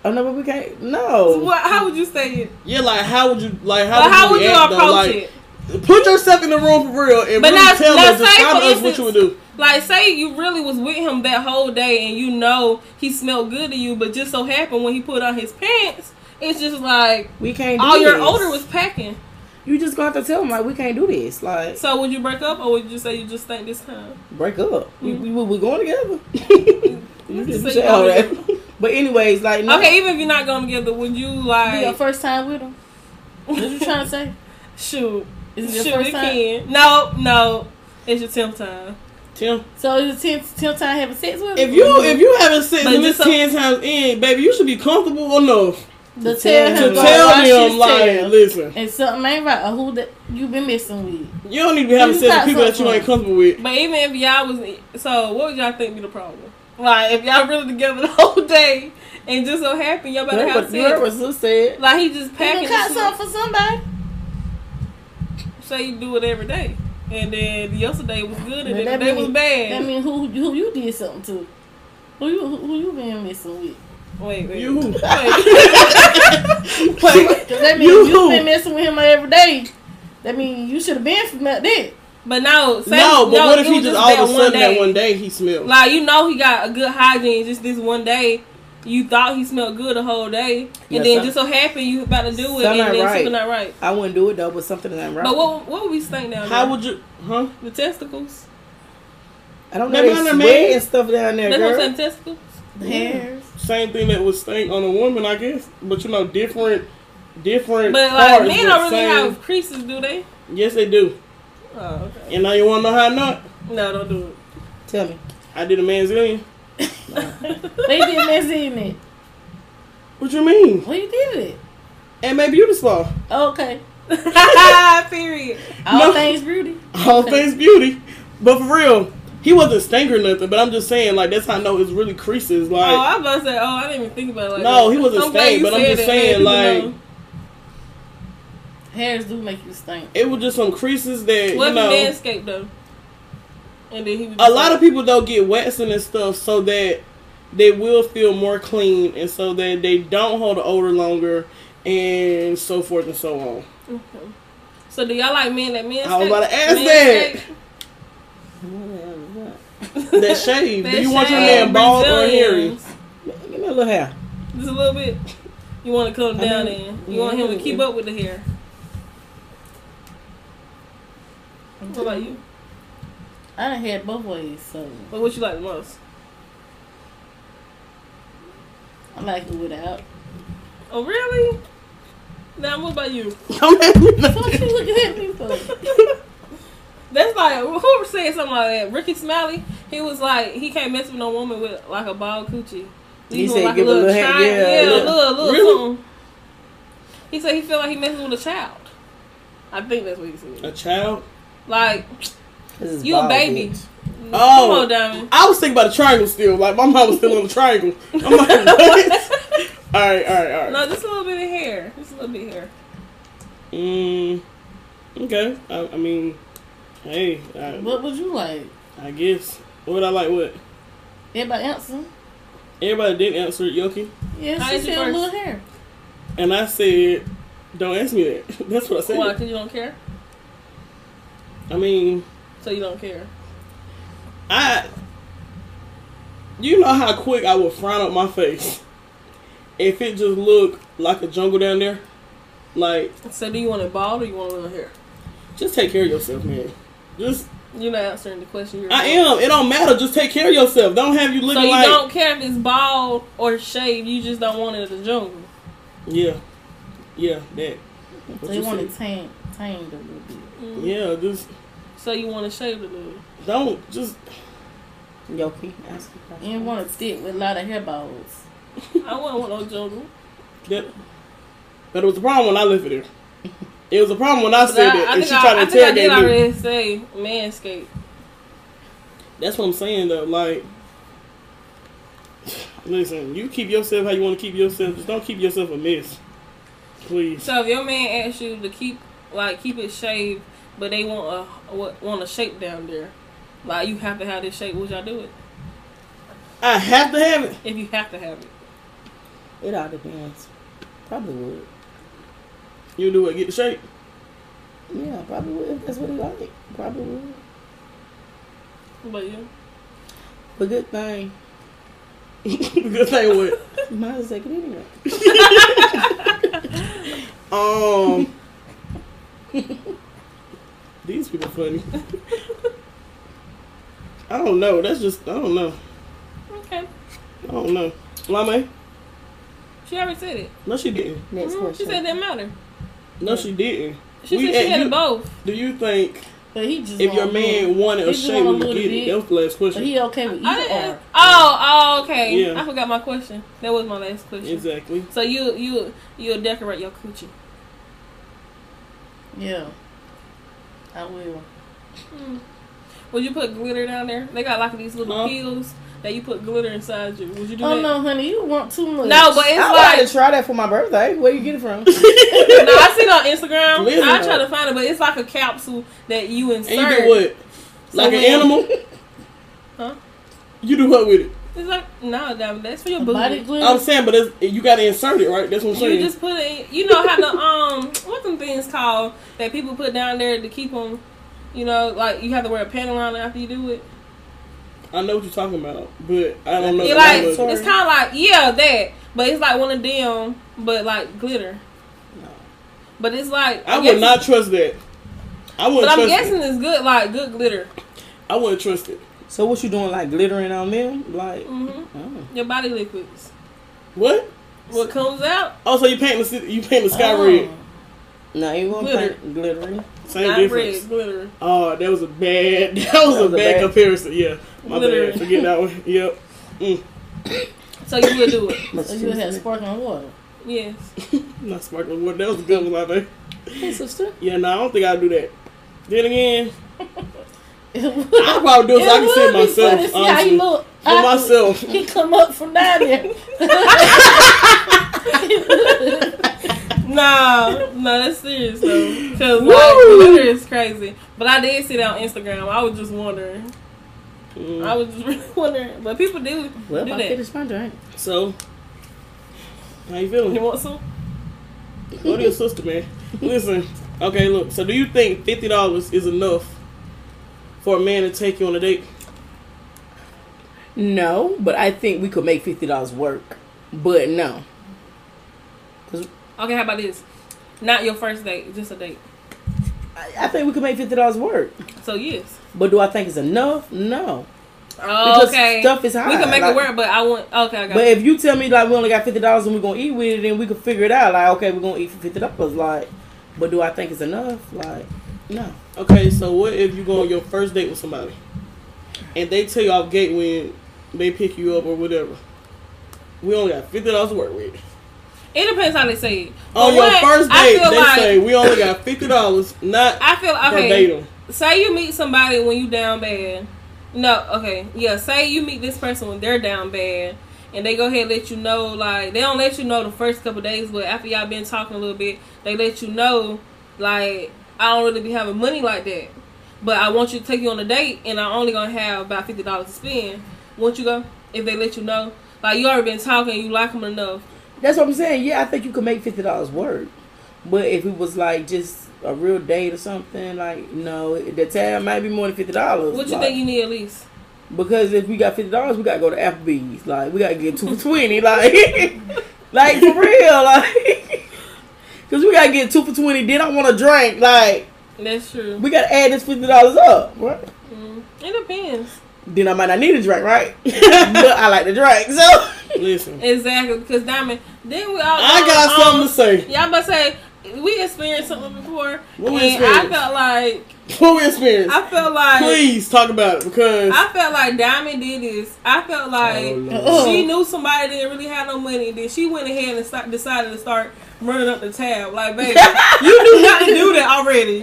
S3: oh no, but we can't. No,
S1: What, how would you say it?
S2: Yeah, like how would you like how,
S1: But how would you
S2: react,
S1: approach
S2: though? Like,
S1: it?
S2: Put yourself in the room for real and
S1: But
S2: really
S1: now-
S2: tell
S1: now
S2: us,
S1: say,
S2: describe
S1: for
S2: to us what you would do.
S1: Like, say you really was with him that whole day, and you know he smelled good to you, but just so happened when he put on his pants, it's just like
S3: we can't. Do
S1: all your
S3: this.
S1: odor was packing.
S3: You just gonna have to tell him like we can't do this. Like
S1: So would you break up, or would you say you just think this time?
S3: break up. We,
S1: Mm-hmm.
S3: we we we going together. you just
S1: So
S3: say
S1: you
S3: all
S1: gonna
S3: that. But anyways, like no.
S1: Okay, even if you're not going together, would you
S4: Be your
S1: like
S4: first time with them. What you trying to say?
S1: shoot?
S4: Is it
S1: shoot
S4: your first
S1: it
S4: time?
S1: can. No, no, it's your tenth time.
S2: Tim,
S4: So is it 10th 10th time having sex with
S2: if
S4: him?
S2: you if you haven't sex
S1: But
S2: and
S1: just
S2: this
S1: so-
S2: ten times in, baby, you should be comfortable enough
S4: The tell
S2: to
S4: him go
S2: tell
S4: wash
S2: them
S4: his
S2: like,
S4: tail.
S2: listen,
S4: And something ain't right. Or who that you been messing with?
S2: you don't need to be having
S4: You
S2: sex
S4: got
S2: with people that you
S4: something.
S2: ain't comfortable with.
S1: But even if y'all was so, what would y'all think be the problem? Like if y'all really together the whole day and just so happy y'all about to
S3: Girl,
S1: have
S3: what, girl,
S1: sex,
S3: what Sue said.
S1: like he just
S4: You
S1: packing.
S4: done caught
S1: the
S4: something for somebody.
S1: shit. Say you do it every day, and then yesterday was good, and then
S4: But that
S1: today was
S4: mean-
S1: bad.
S4: That mean who who you did something to? Who you who, who you been messing with?
S1: wait, wait,
S2: You,
S1: wait.
S4: Cause that mean
S2: You
S4: you,
S2: who?
S4: been messing with him every day. That mean you should have been from that day.
S1: But no, say,
S2: no, but what if
S1: it
S2: he
S1: was
S2: just all of a
S1: that
S2: sudden that one day he smelled?
S1: Like you know, he got a good hygiene. Just this one day, you thought he smelled good the whole day, and
S3: Yeah,
S1: then
S3: some-
S1: just so happy you about to do it,
S3: some
S1: and
S3: not
S1: then
S3: right.
S1: something not right.
S3: I wouldn't do it though, but something that I'm right.
S1: But what what would we stink down there?
S2: How would you? Huh?
S1: the testicles?
S3: I don't know.
S2: That
S3: They
S2: minor
S3: sweat
S2: man-
S3: and stuff down there,
S1: That's what I'm saying,
S3: girl.
S1: testicles.
S4: The hairs.
S2: Same thing that would stink on a woman, I guess. But you know, different, different.
S1: But like
S2: parts,
S1: men
S2: but
S1: don't really
S2: same-
S1: have creases, do they?
S2: Yes, they do.
S1: Oh, okay.
S2: And now you want to know how not?
S1: No, don't do it.
S3: Tell me.
S2: I did a manzillion.
S4: They did mess in it.
S2: What you mean?
S4: Well, you did it.
S2: And maybe you the spa.
S4: Okay.
S1: Period.
S4: All
S2: No.
S4: things beauty.
S2: All things beauty. But for real, he wasn't stank or nothing. But I'm just saying, like that's how I know it's really creases.
S1: Oh,
S2: Like
S1: I'm about to say. Oh, I didn't even think about it like
S2: No,
S1: that.
S2: he wasn't
S1: I'm glad
S2: stank,
S1: you
S2: but I'm
S1: said
S2: just
S1: that, man.
S2: saying,
S1: People
S2: like,
S1: know.
S4: Hairs do make you stink.
S2: it was just some creases that
S1: what
S2: you
S1: if
S2: know.
S1: manscaped though? And then he was
S2: a lot of people don't get waxing and stuff so that they will feel more clean and so that they don't hold the odor longer and so forth and so on.
S1: Okay. So do y'all like men that men?
S2: I was
S1: stick?
S2: about to ask
S1: Men
S2: that.
S1: stick?
S2: That shave.
S1: That
S2: Do you want your
S1: shade.
S2: man bald or hairy?
S1: Brazilians.
S2: Give me a little hair.
S1: Just a little bit. You want to come
S2: I
S1: down
S2: mean,
S1: in. You want him to
S2: yeah.
S1: keep up with the hair. What about you?
S4: I done had both ways, so
S1: What would you like the most?
S4: I like it without.
S1: Oh really? Now what about you?
S2: Don't make me look.
S4: What you looking at me for?
S1: That's like who said something like that? Ricky Smiley. He was like he can't mess with no woman with like a bald coochie.
S3: He
S1: Leave him
S3: said
S1: like
S3: give a little hand-
S1: child.
S3: yeah,
S1: yeah,
S3: yeah.
S1: a little, a little
S2: Really?
S1: something. He said he feel like he messing with a child. I think that's what he said.
S2: A child.
S1: Like
S3: This is
S1: You a
S3: bald,
S1: baby.
S3: bitch.
S2: Oh.
S1: come on, Diamond.
S2: I was thinking about a triangle still. Like my mom was still on the triangle. I'm like, what? all right, all right, all right.
S1: No, just a little bit of hair. Just a little bit of hair.
S2: Mm, okay. I, I mean, hey, I,
S4: What would you like?
S2: I guess. What I like? What
S4: Everybody answer.
S2: everybody did answer it, Yoki,
S1: I
S4: Yeah, Hmm? she
S1: answer
S4: said
S1: first.
S4: little hair.
S2: and I said, "Don't ask me that." That's what I said.
S1: Why? Cause you don't care.
S2: I mean,
S1: So you don't care.
S2: I. You know how quick I would frown up my face if it just looked like a jungle down there. Like,
S1: So do you want it bald or you want a little hair?
S2: just take care of yourself, man. Just
S1: You're not answering the question. You're
S2: I am. It don't matter. Just take care of yourself. Don't have you
S1: So
S2: looking
S1: you
S2: like
S1: don't care if it's bald or shaved. You just don't want it in the jungle.
S2: yeah, yeah, that. What
S4: They
S2: you
S4: want
S2: say?
S4: it tamed, tamed a little bit.
S2: Yeah, just
S1: Mm. So you want to shave the little.
S2: don't just.
S3: Yoki, ask the
S4: You didn't
S3: question.
S4: want to stick with a lot of hair balls.
S1: I wouldn't want no jungle.
S2: That, but it was a problem when I lived there. It was a problem when I
S1: But
S2: said
S1: I,
S2: that,
S1: I
S2: and
S1: think
S2: she
S1: I,
S2: tried
S1: I
S2: to
S1: think I did
S2: interrogate me.
S1: already say manscape.
S2: That's what I'm saying though. Like, listen, you keep yourself how you want to keep yourself. Just don't keep yourself a mess, please.
S1: So if your man asks you to keep like keep it shaved, but they want a what- want a shape down there, like you have to have this shape. Would y'all do it
S2: I have to have it.
S1: if you have to have it?
S3: It all depends. Probably would.
S2: You do it. Get the shape.
S3: Yeah, probably would. If that's what he like. Probably would.
S1: But you,
S3: But good thing,
S2: Good thing what?
S3: might as well take it anyway.
S2: Um, these people funny. I don't know. That's just I don't know.
S1: okay,
S2: I don't know. Lame?
S1: she already said it.
S2: No, she didn't.
S3: Next
S1: Mhm, She
S3: question.
S1: said that matter.
S2: No, she didn't.
S1: She
S2: We-
S1: said she
S2: and
S1: had
S2: you-
S1: both.
S2: Do you think
S4: But he just
S2: if your
S4: want
S2: man
S4: little-
S2: wanted a
S4: If you
S2: shave,
S4: want a
S2: would you
S4: little
S2: get it?
S4: bit.
S2: That was the last
S4: But
S2: question.
S4: he okay with
S1: I
S4: either
S1: didn't-
S4: or.
S1: Oh, oh, okay.
S2: Yeah.
S1: I forgot my question. That was my last question.
S2: exactly.
S1: So you you you'll decorate your coochie.
S4: Yeah, I will. Mm.
S1: Would you put glitter down there? They got like these little
S2: Huh?
S1: pills that you put glitter inside you. Would you do
S4: Oh
S1: that?
S4: no, honey, you want too much.
S1: No, but it's
S3: I
S1: like
S3: wanted to try that for my birthday. Where you get it from?
S1: no, I see it on Instagram.
S2: Glitter.
S1: I try to find it, but it's like a capsule that you insert.
S2: And you do what? Like an
S1: when-
S2: animal?
S1: Huh?
S2: You do what with it?
S1: It's like no, damn, that's for your
S4: A body
S1: booty.
S4: glitter.
S2: I'm saying, but it's, you got to insert it, right? That's what I'm saying.
S1: You just put it. You know how the um what them things called that people put down there to keep them. You know, like you have to wear a pant around it after you do it.
S2: I know what you're talking about, but I don't know.
S1: It
S2: the
S1: like
S2: name
S1: it's
S2: of it.
S1: kind of like yeah that, but it's like one of them, but like glitter. But it's like
S2: I
S1: I'm
S2: would
S1: guessing-
S2: not trust that. I wouldn't
S1: But I'm
S2: trust
S1: guessing
S2: it.
S1: it's good, like good glitter.
S2: I wouldn't trust it.
S3: so what you doing? Like glittering on them? Like,
S1: hmm
S3: oh.
S1: Your body liquids.
S2: What?
S1: What comes out?
S2: Oh, so you paint the ci- you paint the sky
S4: Oh.
S2: red?
S3: no, you want
S1: Glitter.
S3: paint glittery?
S2: Same
S1: not
S2: difference.
S1: red, glitter.
S2: Oh, that was a bad. That was, a, bad, comparison. Yeah, my
S1: Literally.
S2: bad. Forget that one. Yep. Mm.
S1: So you would do it.
S4: So you would have sparkling water.
S1: Yes.
S2: Not sparkling water. That was a good one, my bad.
S3: Hey, sister.
S2: Yeah, no, I don't think I'd do that. Then again,
S4: It would,
S2: I'd probably do it so I can see it
S4: would be funny to
S2: myself.
S4: see how he
S2: Honestly.
S4: look.
S2: For
S4: I-
S2: myself.
S4: He come up from down there.
S1: No, no, that's serious though. Cause like glitter is crazy. But I did see that on Instagram. I was just wondering. I was just really wondering. But people do
S3: Well,
S1: do
S3: if I
S1: that.
S3: finish my drink.
S2: So, how you
S1: You
S2: feeling?
S1: want some?
S2: Go to your sister, man. Listen. Okay, look. So, do you think fifty dollars is enough for a man to take you on a date?
S3: No, but I think we could make fifty dollars work. But no,
S1: Okay, how about this? Not your first date, just a date.
S3: I, I think we could make fifty dollars work.
S1: So yes.
S3: But do I think it's enough? No.
S1: Oh, okay.
S3: stuff is high,
S1: We can make
S3: like-
S1: it work, but I want. Okay, I got.
S3: But
S1: it.
S3: if you tell me like we only got fifty dollars and we're gonna eat with it, then we could figure it out. Like okay, we're gonna eat for fifty dollars. Like, but do I think it's enough? Like, no.
S2: Okay, so what if you go on your first date with somebody and they tell you off gate when they pick you up or whatever? We only got fifty dollars to work with.
S1: it depends how they say it.
S2: On
S1: But
S2: your
S1: what-
S2: first
S1: I
S2: date,
S1: feel
S2: they
S1: like-
S2: say we only got fifty dollars, not
S1: I feel okay.
S2: verbatim.
S1: Say you meet somebody when you down bad. No, okay, yeah. Say you meet this person when they're down bad, and they go ahead and let you know. Like they don't let you know the first couple days, but after y'all been talking a little bit, they let you know. Like I don't really be having money like that, but I want you to take you on a date, and I'm only gonna have about fifty dollars to spend. Won't you go if they let you know? Like you already been talking, you like them enough.
S3: That's what I'm saying. Yeah, I think you could make fifty dollars work. But if it was like just a real date or something, like no, the tab might be more than fifty dollars.
S1: What you think you need at least?
S3: Because if we got fifty dollars, we gotta go to Applebee's. Like we gotta get two for twenty. Like, like for real. Like, because we gotta get two for twenty. Then I want a drink. Like
S1: That's true.
S3: we gotta add this fifty dollars up. Right?
S1: Mm, it depends.
S3: Then I might not need a drink, right? but I like the drink, so
S2: Listen,
S1: Exactly, because Diamond. Then we all.
S2: I got
S1: um,
S2: something to say.
S1: Y'all about to say we experienced something before,
S2: What we
S1: and I
S2: experienced?
S1: felt like
S2: What we experience?
S1: I felt like
S2: Please talk about it because
S1: I felt like Diamond did this. I felt like
S2: Oh, Lord.
S4: Oh.
S1: she knew somebody didn't really have no money, and then she went ahead and start, decided to start running up the tab. Like, baby, you do not do that already.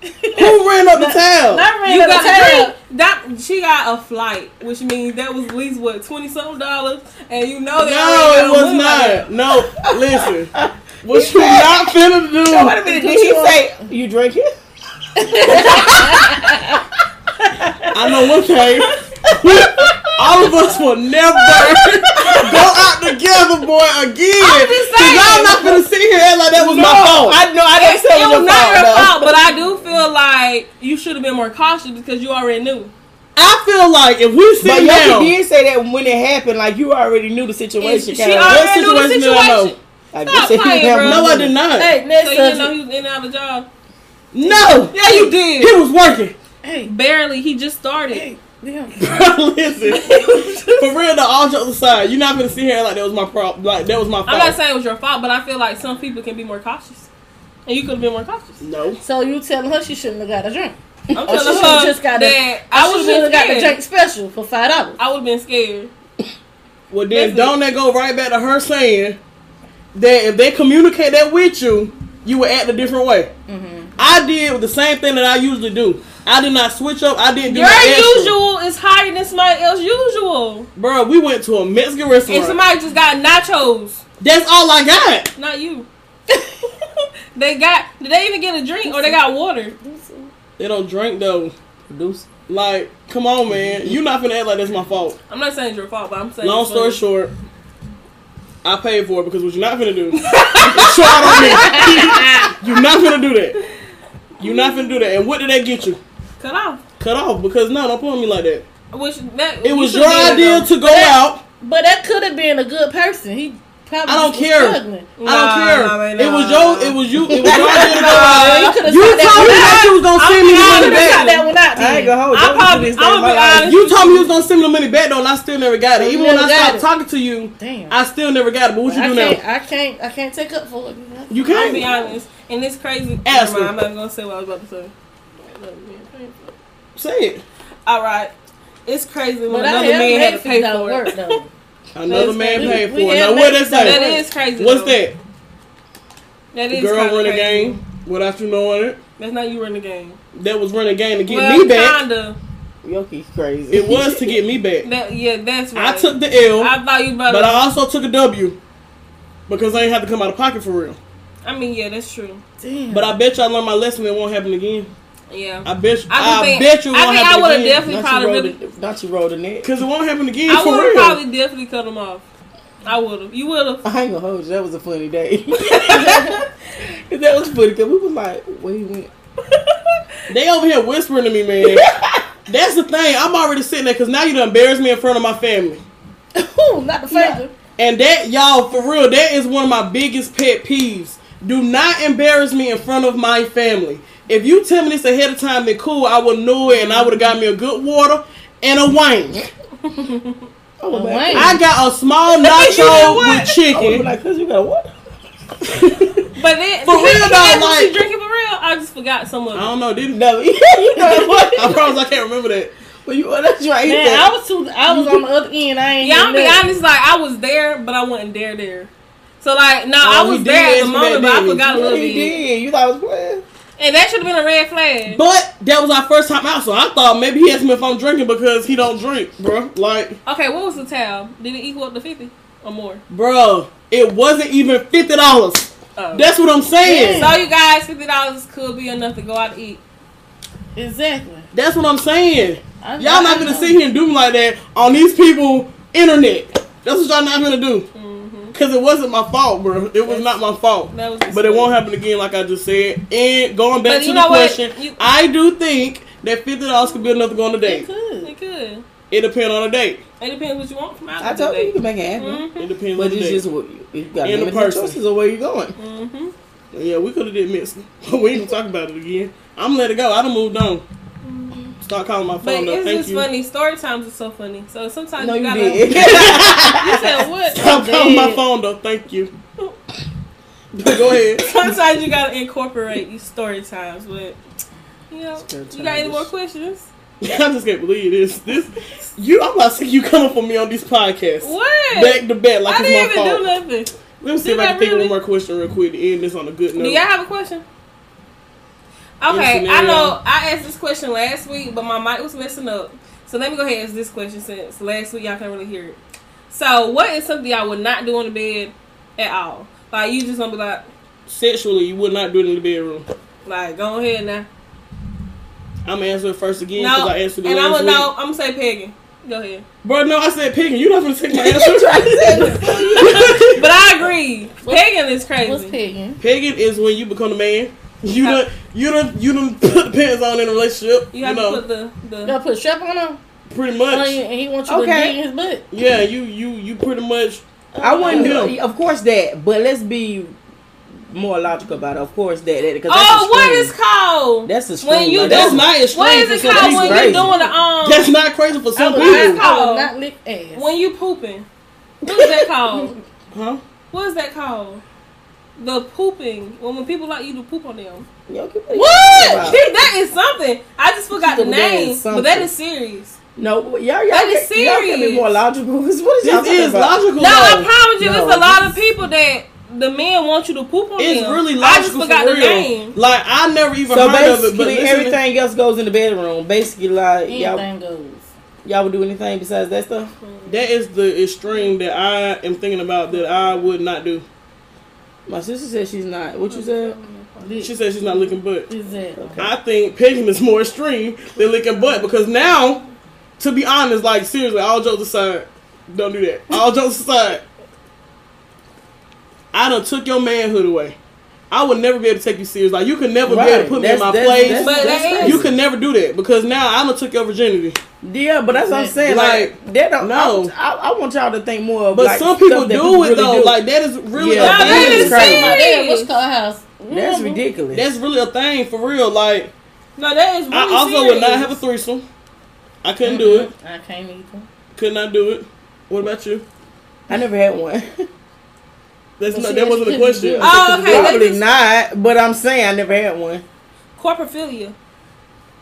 S2: who ran up the tab?
S4: Not ran
S1: You
S4: out of
S1: got
S4: town.
S1: a drink. That she got a flight, which means that was at least what twenty something dollars, and you know that
S2: No, it was not. No, listen. What you not finna do?
S3: wait a minute. Did she say you drinking?
S2: I know one thing. All of us will never go out together, boy, again.
S1: I'm just saying.
S2: you y'all not gonna sit here and like that was my fault.
S3: I know. I didn't
S1: It,
S3: say it
S1: was
S3: was your
S1: not your
S3: fault. though.
S1: fault, but I do feel like you should have been more cautious because you already knew.
S2: I feel like if we
S3: But
S2: sit
S3: Yoki
S2: down,
S3: did say that when it happened, like you already knew the
S1: she
S3: situation. kinda.
S2: Uh,
S1: already knew the
S2: situation did I know?
S1: situation.
S3: Like,
S1: Stop
S3: you said you
S1: playing,
S3: didn't have
S1: bro.
S2: no, I
S3: money.
S2: did not.
S4: Hey,
S1: So
S4: next
S1: you didn't know
S4: subject.
S1: he was in and out of a job.
S2: No,
S1: Yeah, you
S2: he
S1: did.
S2: was working.
S4: Hey,
S1: Barely. He just started.
S4: hey, damn.
S2: listen, for real, though, all jokes aside, you're not gonna sit here and like that was my problem. Like that was my fault.
S1: I'm not saying it was your fault, but I feel like some people can be more cautious, and you could have been more cautious.
S2: no.
S4: So you telling her she shouldn't have got a drink?
S1: I'm
S4: Oh, she
S1: telling
S4: should've
S1: her
S4: just got a-
S1: that I would
S4: should
S1: have
S4: have got
S1: been
S4: the
S1: scared.
S4: drink special for five dollars.
S1: I would have been scared.
S2: Well, then
S1: Listen.
S2: don't that go right back to her saying that if they communicate that with you, you will act a different way.
S1: Mm-hmm.
S2: I did the same thing that I usually do. I did not switch up. I didn't do
S1: Your
S2: my extra.
S1: usual is higher than somebody else's usual,
S2: Bro, we went to a Mexican restaurant.
S1: and somebody just got nachos.
S2: That's all I got.
S1: Not you. they got. Did they even get a drink or they got water?
S2: They don't drink though.
S3: Produce.
S2: Like, come on, man. you not finna act like that's my fault.
S1: I'm not saying it's your fault, but I'm saying.
S2: Long
S1: it's
S2: story
S1: funny.
S2: short, I paid for it because what you're not finna do, try on me. you're not finna do that. You're not finna do that. And what did that get you?
S1: cut off.
S2: Cut off because no, don't put on me like that.
S1: Which that
S2: It
S1: you
S2: was
S1: should
S2: your
S1: be able
S2: idea
S1: to-
S2: to go out.
S4: But that could have been a good person. He probably
S2: I don't
S4: was
S2: care.
S4: struggling.
S2: I
S1: Nah,
S2: don't care.
S1: nah, man,
S2: It was
S1: nah.
S2: your. It was you. It was your idea to go out.
S4: Nah, you could have
S2: You told
S4: that
S2: me
S4: one out.
S2: that you was gonna
S1: I'm
S2: send me the
S1: not
S2: money
S1: gonna cut
S2: back.
S4: that one
S3: I
S4: out.
S3: ain't
S4: then.
S3: gonna hold you.
S1: I probably. I'm gonna be honest.
S2: You told me you was gonna send me the money back though, and I still never got it. Even when I
S4: Never got
S2: stopped
S4: it.
S2: talking to you,
S4: Damn.
S2: I still never got it. But what you
S4: I
S2: do now?
S4: can't, I can't. I can't take up for it. you know?
S2: You
S1: I'll be
S2: can't
S1: honest, and it's crazy.
S2: Ask
S1: Never mind, I'm
S2: me.
S1: not gonna say what I was about to say.
S2: say it.
S1: All right, it's crazy when
S4: But I
S1: another
S4: have
S1: man had to pay
S4: made fifty dollars
S1: for
S4: work
S1: it.
S4: though.
S2: Another
S1: That's
S2: man
S1: crazy.
S2: paid for
S4: We
S2: it. Now
S4: had
S2: what that
S4: that-
S1: That
S2: say?
S1: is crazy.
S2: What's
S1: though.
S2: that?
S1: That is
S2: Girl
S1: kinda
S2: run a
S1: crazy.
S2: game without you knowing it.
S1: That's not you running a game.
S2: That was running a game to get
S1: well,
S2: me back.
S1: kinda.
S3: Yoki's crazy.
S2: It was to get me back.
S1: That, yeah, that's right.
S2: I took the L,
S1: I thought you
S2: but
S1: better.
S2: I
S1: I,
S2: also took a W because I ain't have to come out of pocket for real.
S1: mean, yeah, that's true.
S4: Damn.
S2: But I bet you I learned my lesson. It won't happen again.
S1: Yeah.
S2: I bet you.
S1: I
S2: I,
S1: just think-
S2: bet you. It
S1: I
S2: won't
S1: think I
S2: happen
S1: would've
S2: again.
S1: definitely-
S3: Not
S1: probably
S3: you rolled
S1: really-
S3: the- not you rolled the net.
S2: Because it won't happen again
S1: I
S2: for
S1: would
S2: real.
S1: probably definitely cut him off. I would have. You would have.
S3: I ain't gonna hold you. That was a funny day. that was funny because we was like, where he went?
S2: They over here whispering to me, man. That's the thing. I'm already sitting there because now you done embarrassed me in front of my family.
S4: Ooh, not the favor.
S2: And that, y'all, for real, that is one of my biggest pet peeves. Do not embarrass me in front of my family. If you tell me this ahead of time, then cool, I would know it and I would have got me a good water and a wine.
S3: I was
S4: A
S3: like,
S4: wing.
S2: I got a small
S1: know
S2: nacho
S1: what?
S2: with
S3: I was
S2: chicken.
S3: like, cause you got what?
S1: But then,
S2: For
S1: he-
S2: real
S1: he
S2: though,
S1: asked what
S2: like-
S1: you drinking for real? I just forgot some of
S2: I
S1: it.
S2: don't know, did
S3: No, you know what?
S2: I promise I can't remember that.
S3: Well, you well, that's right.
S4: Man, I was too. I was on the other end. I ain't.
S1: Yeah, I'm
S4: hear
S1: be
S4: nothing.
S1: honest. Like I was there, but I wasn't there there. So like, no,
S2: Oh,
S1: I
S2: he
S1: was
S2: did
S1: there at
S2: ask
S1: the
S2: me
S1: moment,
S2: that,
S1: but I
S2: didn't he?
S1: forgot a
S3: yeah,
S1: little
S3: he
S1: bit.
S3: did. You thought I was playing.
S1: And that should have been a red flag.
S2: But that was our first time out, so I thought maybe he asked me if I'm drinking because he don't drink, bruh. Like,
S1: Okay, what was the tab? Did it equal up to fifty or more?
S2: bruh, it wasn't even fifty dollars.
S1: Oh.
S2: That's what I'm saying.
S1: so you guys, fifty dollars could be enough to go out and eat.
S4: Exactly.
S2: That's what I'm saying.
S4: I-
S2: Y'all
S4: I
S2: not gonna
S4: know.
S2: sit here and do me like that on these people internet. That's what y'all not gonna do. Cause it wasn't my fault, bruh. It was not my fault.
S1: Mm-hmm. That was
S2: But it won't happen again, like I just said. And going
S1: But
S2: back
S1: you
S2: to
S1: know
S2: the
S1: what?
S2: question,
S1: You-
S2: I do think that fifty dollars could be enough to go on a
S4: It
S2: date.
S4: could.
S1: It could.
S2: It depends on the date.
S1: It depends what you want from out
S3: I told you you can make it happen.
S1: Mm-hmm.
S2: It depends
S3: But
S2: on the
S3: it's
S2: date.
S3: just what you, you got
S2: And the
S3: limited
S2: person.
S3: choices of where you're going.
S1: Mm-hmm.
S2: Yeah, we could have did miss. But we ain't gonna talk about it again. I'm gonna let it go. I done moved on. Start calling my
S1: But
S2: phone up.
S1: it's
S2: Thank
S1: just
S2: you.
S1: funny. Story times are so funny. So sometimes
S3: No,
S1: you
S3: you
S1: gotta.
S3: did.
S1: You said what?
S2: Stop calling my
S4: Dead.
S2: phone though. Thank you. go ahead.
S1: Sometimes you gotta incorporate these story times, but you know,
S3: Story
S1: you got any
S3: times.
S1: more questions?
S2: I just can't believe this. This you. I'm not sick. You coming for me on these podcasts.
S1: What?
S2: Back to back like
S1: I
S2: it's my
S1: didn't even
S2: fault.
S1: do nothing.
S2: Let me see
S1: Did
S2: if I
S1: I
S2: can think of
S1: really?
S2: one more question real quick to end this on a good note.
S1: Do y'all have a question?
S2: a
S1: Okay, I
S2: scenario.
S1: know I asked this question last week, but my mic was messing up. So let me go ahead and ask this question since last week y'all can't really hear it. So what is something y'all would not do on the bed at all? Like you just gonna be like,
S2: Sexually, you would not do it in the bedroom.
S1: like go ahead now.
S2: I'm answering first again because
S1: No,
S2: I answered
S1: and
S2: it
S1: I'm
S2: last
S1: gonna
S2: week.
S1: no, I'm gonna say pegging. Go ahead.
S2: Bro, no, I said picking. You not gonna take my
S3: You
S2: answer.
S3: tried to say this.
S1: but I agree, pegging is crazy.
S4: What's pegging?
S2: Pegging is when you become a man. You done, you done, you done put the pants on in a relationship. You,
S1: You have
S2: know,
S1: to put the the.
S4: Y'all put a strap on him,
S2: pretty
S4: Oh,
S2: much.
S4: yeah, and he wants you to
S3: Okay.
S4: dig in his butt.
S2: Yeah, you, you, you pretty much.
S3: I wouldn't do,
S2: Yeah.
S3: of course that, but let's be more logical about it. Of course that, that because that's
S1: oh, what
S3: extreme.
S1: is called?
S3: that's the
S1: when you
S2: That's
S1: do-
S2: not extreme.
S1: What is
S2: for
S1: it
S2: some
S1: called
S2: people.
S1: when
S3: crazy.
S1: you doing the um?
S2: That's not crazy for some
S1: I would-
S2: people.
S1: called?
S4: I would not lick ass.
S1: when you pooping. What is that called?
S2: Huh?
S1: what is that called? The pooping. When when people like you to poop on them.
S3: Yo,
S1: What?
S3: Wow.
S1: that is something. I just forgot the
S3: That is
S1: name, but
S3: something.
S1: that is serious.
S3: No, y'all, y'all,
S1: That is
S3: can- y'all can be
S1: serious.
S3: more logical. What is y'all
S2: This
S3: talking
S2: is
S3: about?
S2: logical.
S1: No, I
S2: though.
S1: promise you, there's a
S3: No,
S1: lot of people that the men want you to poop on
S2: It's
S1: them.
S2: really
S1: I
S2: logical
S1: just forgot
S2: for
S1: the
S2: real.
S1: name.
S2: Like I never even
S3: So
S2: heard of it, but
S3: basically,
S2: listen,
S3: everything else goes in the bedroom. Basically, like y'all,
S4: Anything goes.
S3: y'all would do anything besides that stuff.
S2: that is the extreme that I am thinking about that I would not do.
S3: My sister said she's not. What you said?
S4: Lick.
S2: She said she's not licking butt.
S4: Exactly.
S2: I think pegging is more extreme than licking butt because now, to be honest, like seriously, all jokes aside, don't do that. All jokes aside, I done took your manhood away. I would never be able to take you serious. Like you could never be able to put
S3: That's-
S2: me in my
S3: that's-
S2: place.
S3: that's-
S1: But
S3: that's
S1: that
S3: crazy.
S1: is-
S2: you can never do that because now I done took your virginity.
S3: Yeah, but that's what I'm saying. Like, that don't.
S2: No.
S3: No, I, I want y'all to think more. Of,
S2: But
S3: like,
S2: some people
S3: stuff
S2: do
S3: that
S2: it
S3: really
S2: though.
S3: do.
S2: Like that is really
S3: Yeah,
S2: a
S1: Nah, that
S2: thing.
S1: is
S3: crazy.
S4: My dad,
S1: serious.
S4: what's called house?
S3: that's
S1: Mm-hmm.
S4: Mhm.
S3: ridiculous.
S2: That's really a thing for real. Like
S1: No, that is really
S2: I also
S1: serious.
S2: would not have a threesome. I couldn't do it.
S4: I can't either.
S2: Could not do it. What about you?
S3: I never had one.
S2: That's
S4: Well,
S2: not,
S4: she
S2: that
S4: asked
S2: wasn't
S4: could
S2: a
S4: you do
S2: question.
S4: it.
S1: Oh, okay. that
S3: Probably
S1: is-
S3: not. But I'm saying I never had one.
S1: Corprophilia.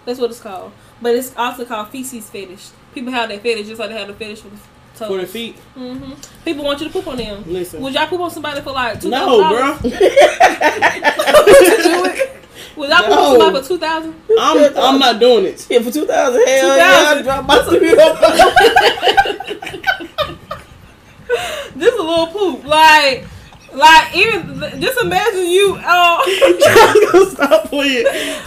S1: That's what it's called. But it's also called feces fetish. People have that fetish just like they have the fetish for the toes.
S2: For the feet.
S1: hmm People want you to poop on them.
S2: Listen.
S1: Would y'all poop on somebody for like two thousand?
S2: no, bro.
S1: Would y'all poop
S2: No.
S1: on somebody for two thousand?
S2: I'm I'm not doing it.
S3: Yeah, for two thousand. Hell
S1: 2000.
S3: yeah, I dropped my studio.
S1: This is a little poop. Like, like even just imagine you. Uh,
S2: Stop playing.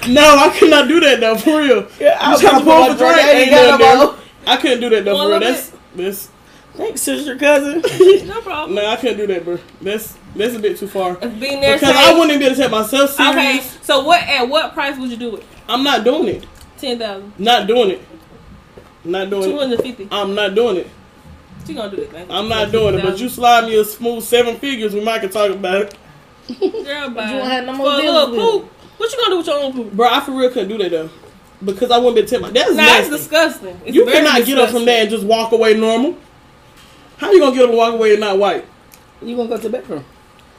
S2: No, I could not do that though. For real.
S3: yeah, I
S2: I'm
S3: was
S2: trying to
S3: trying
S2: pull up a drink.
S3: I
S2: Ain't
S3: ain't
S2: nothing
S3: got
S2: there.
S3: no more.
S2: I couldn't do that though.
S1: One
S2: For real.
S1: little
S2: That's that's
S3: Thanks, sister cousin.
S1: No problem.
S2: No, I can't do that, bro. That's that's a bit too far.
S1: Being there,
S2: Because I wouldn't even be able to take myself serious.
S1: Okay, so what? At what price would you do it?
S2: I'm not doing it.
S1: Ten thousand.
S2: Not doing it. Not doing
S1: Two
S2: it.
S1: hundred fifty.
S2: I'm not doing it.
S1: She gonna do it. man.
S2: I'm not doing it. But you slide me a smooth seven figures, we might can talk about it.
S1: girl, bye.
S4: You won't have no more
S1: For a
S4: deals
S1: little
S4: with it.
S1: poop. What you gonna do with your own poop?
S2: Bro, I for real couldn't do that though. Because I wouldn't be able to take my that's
S1: Nah, it's
S2: nasty.
S1: disgusting. It's
S2: you
S1: very
S2: cannot get up from
S1: disgusting.
S2: there and just walk away normal. How you gonna get up and walk away and not white?
S3: You gonna go to the bathroom?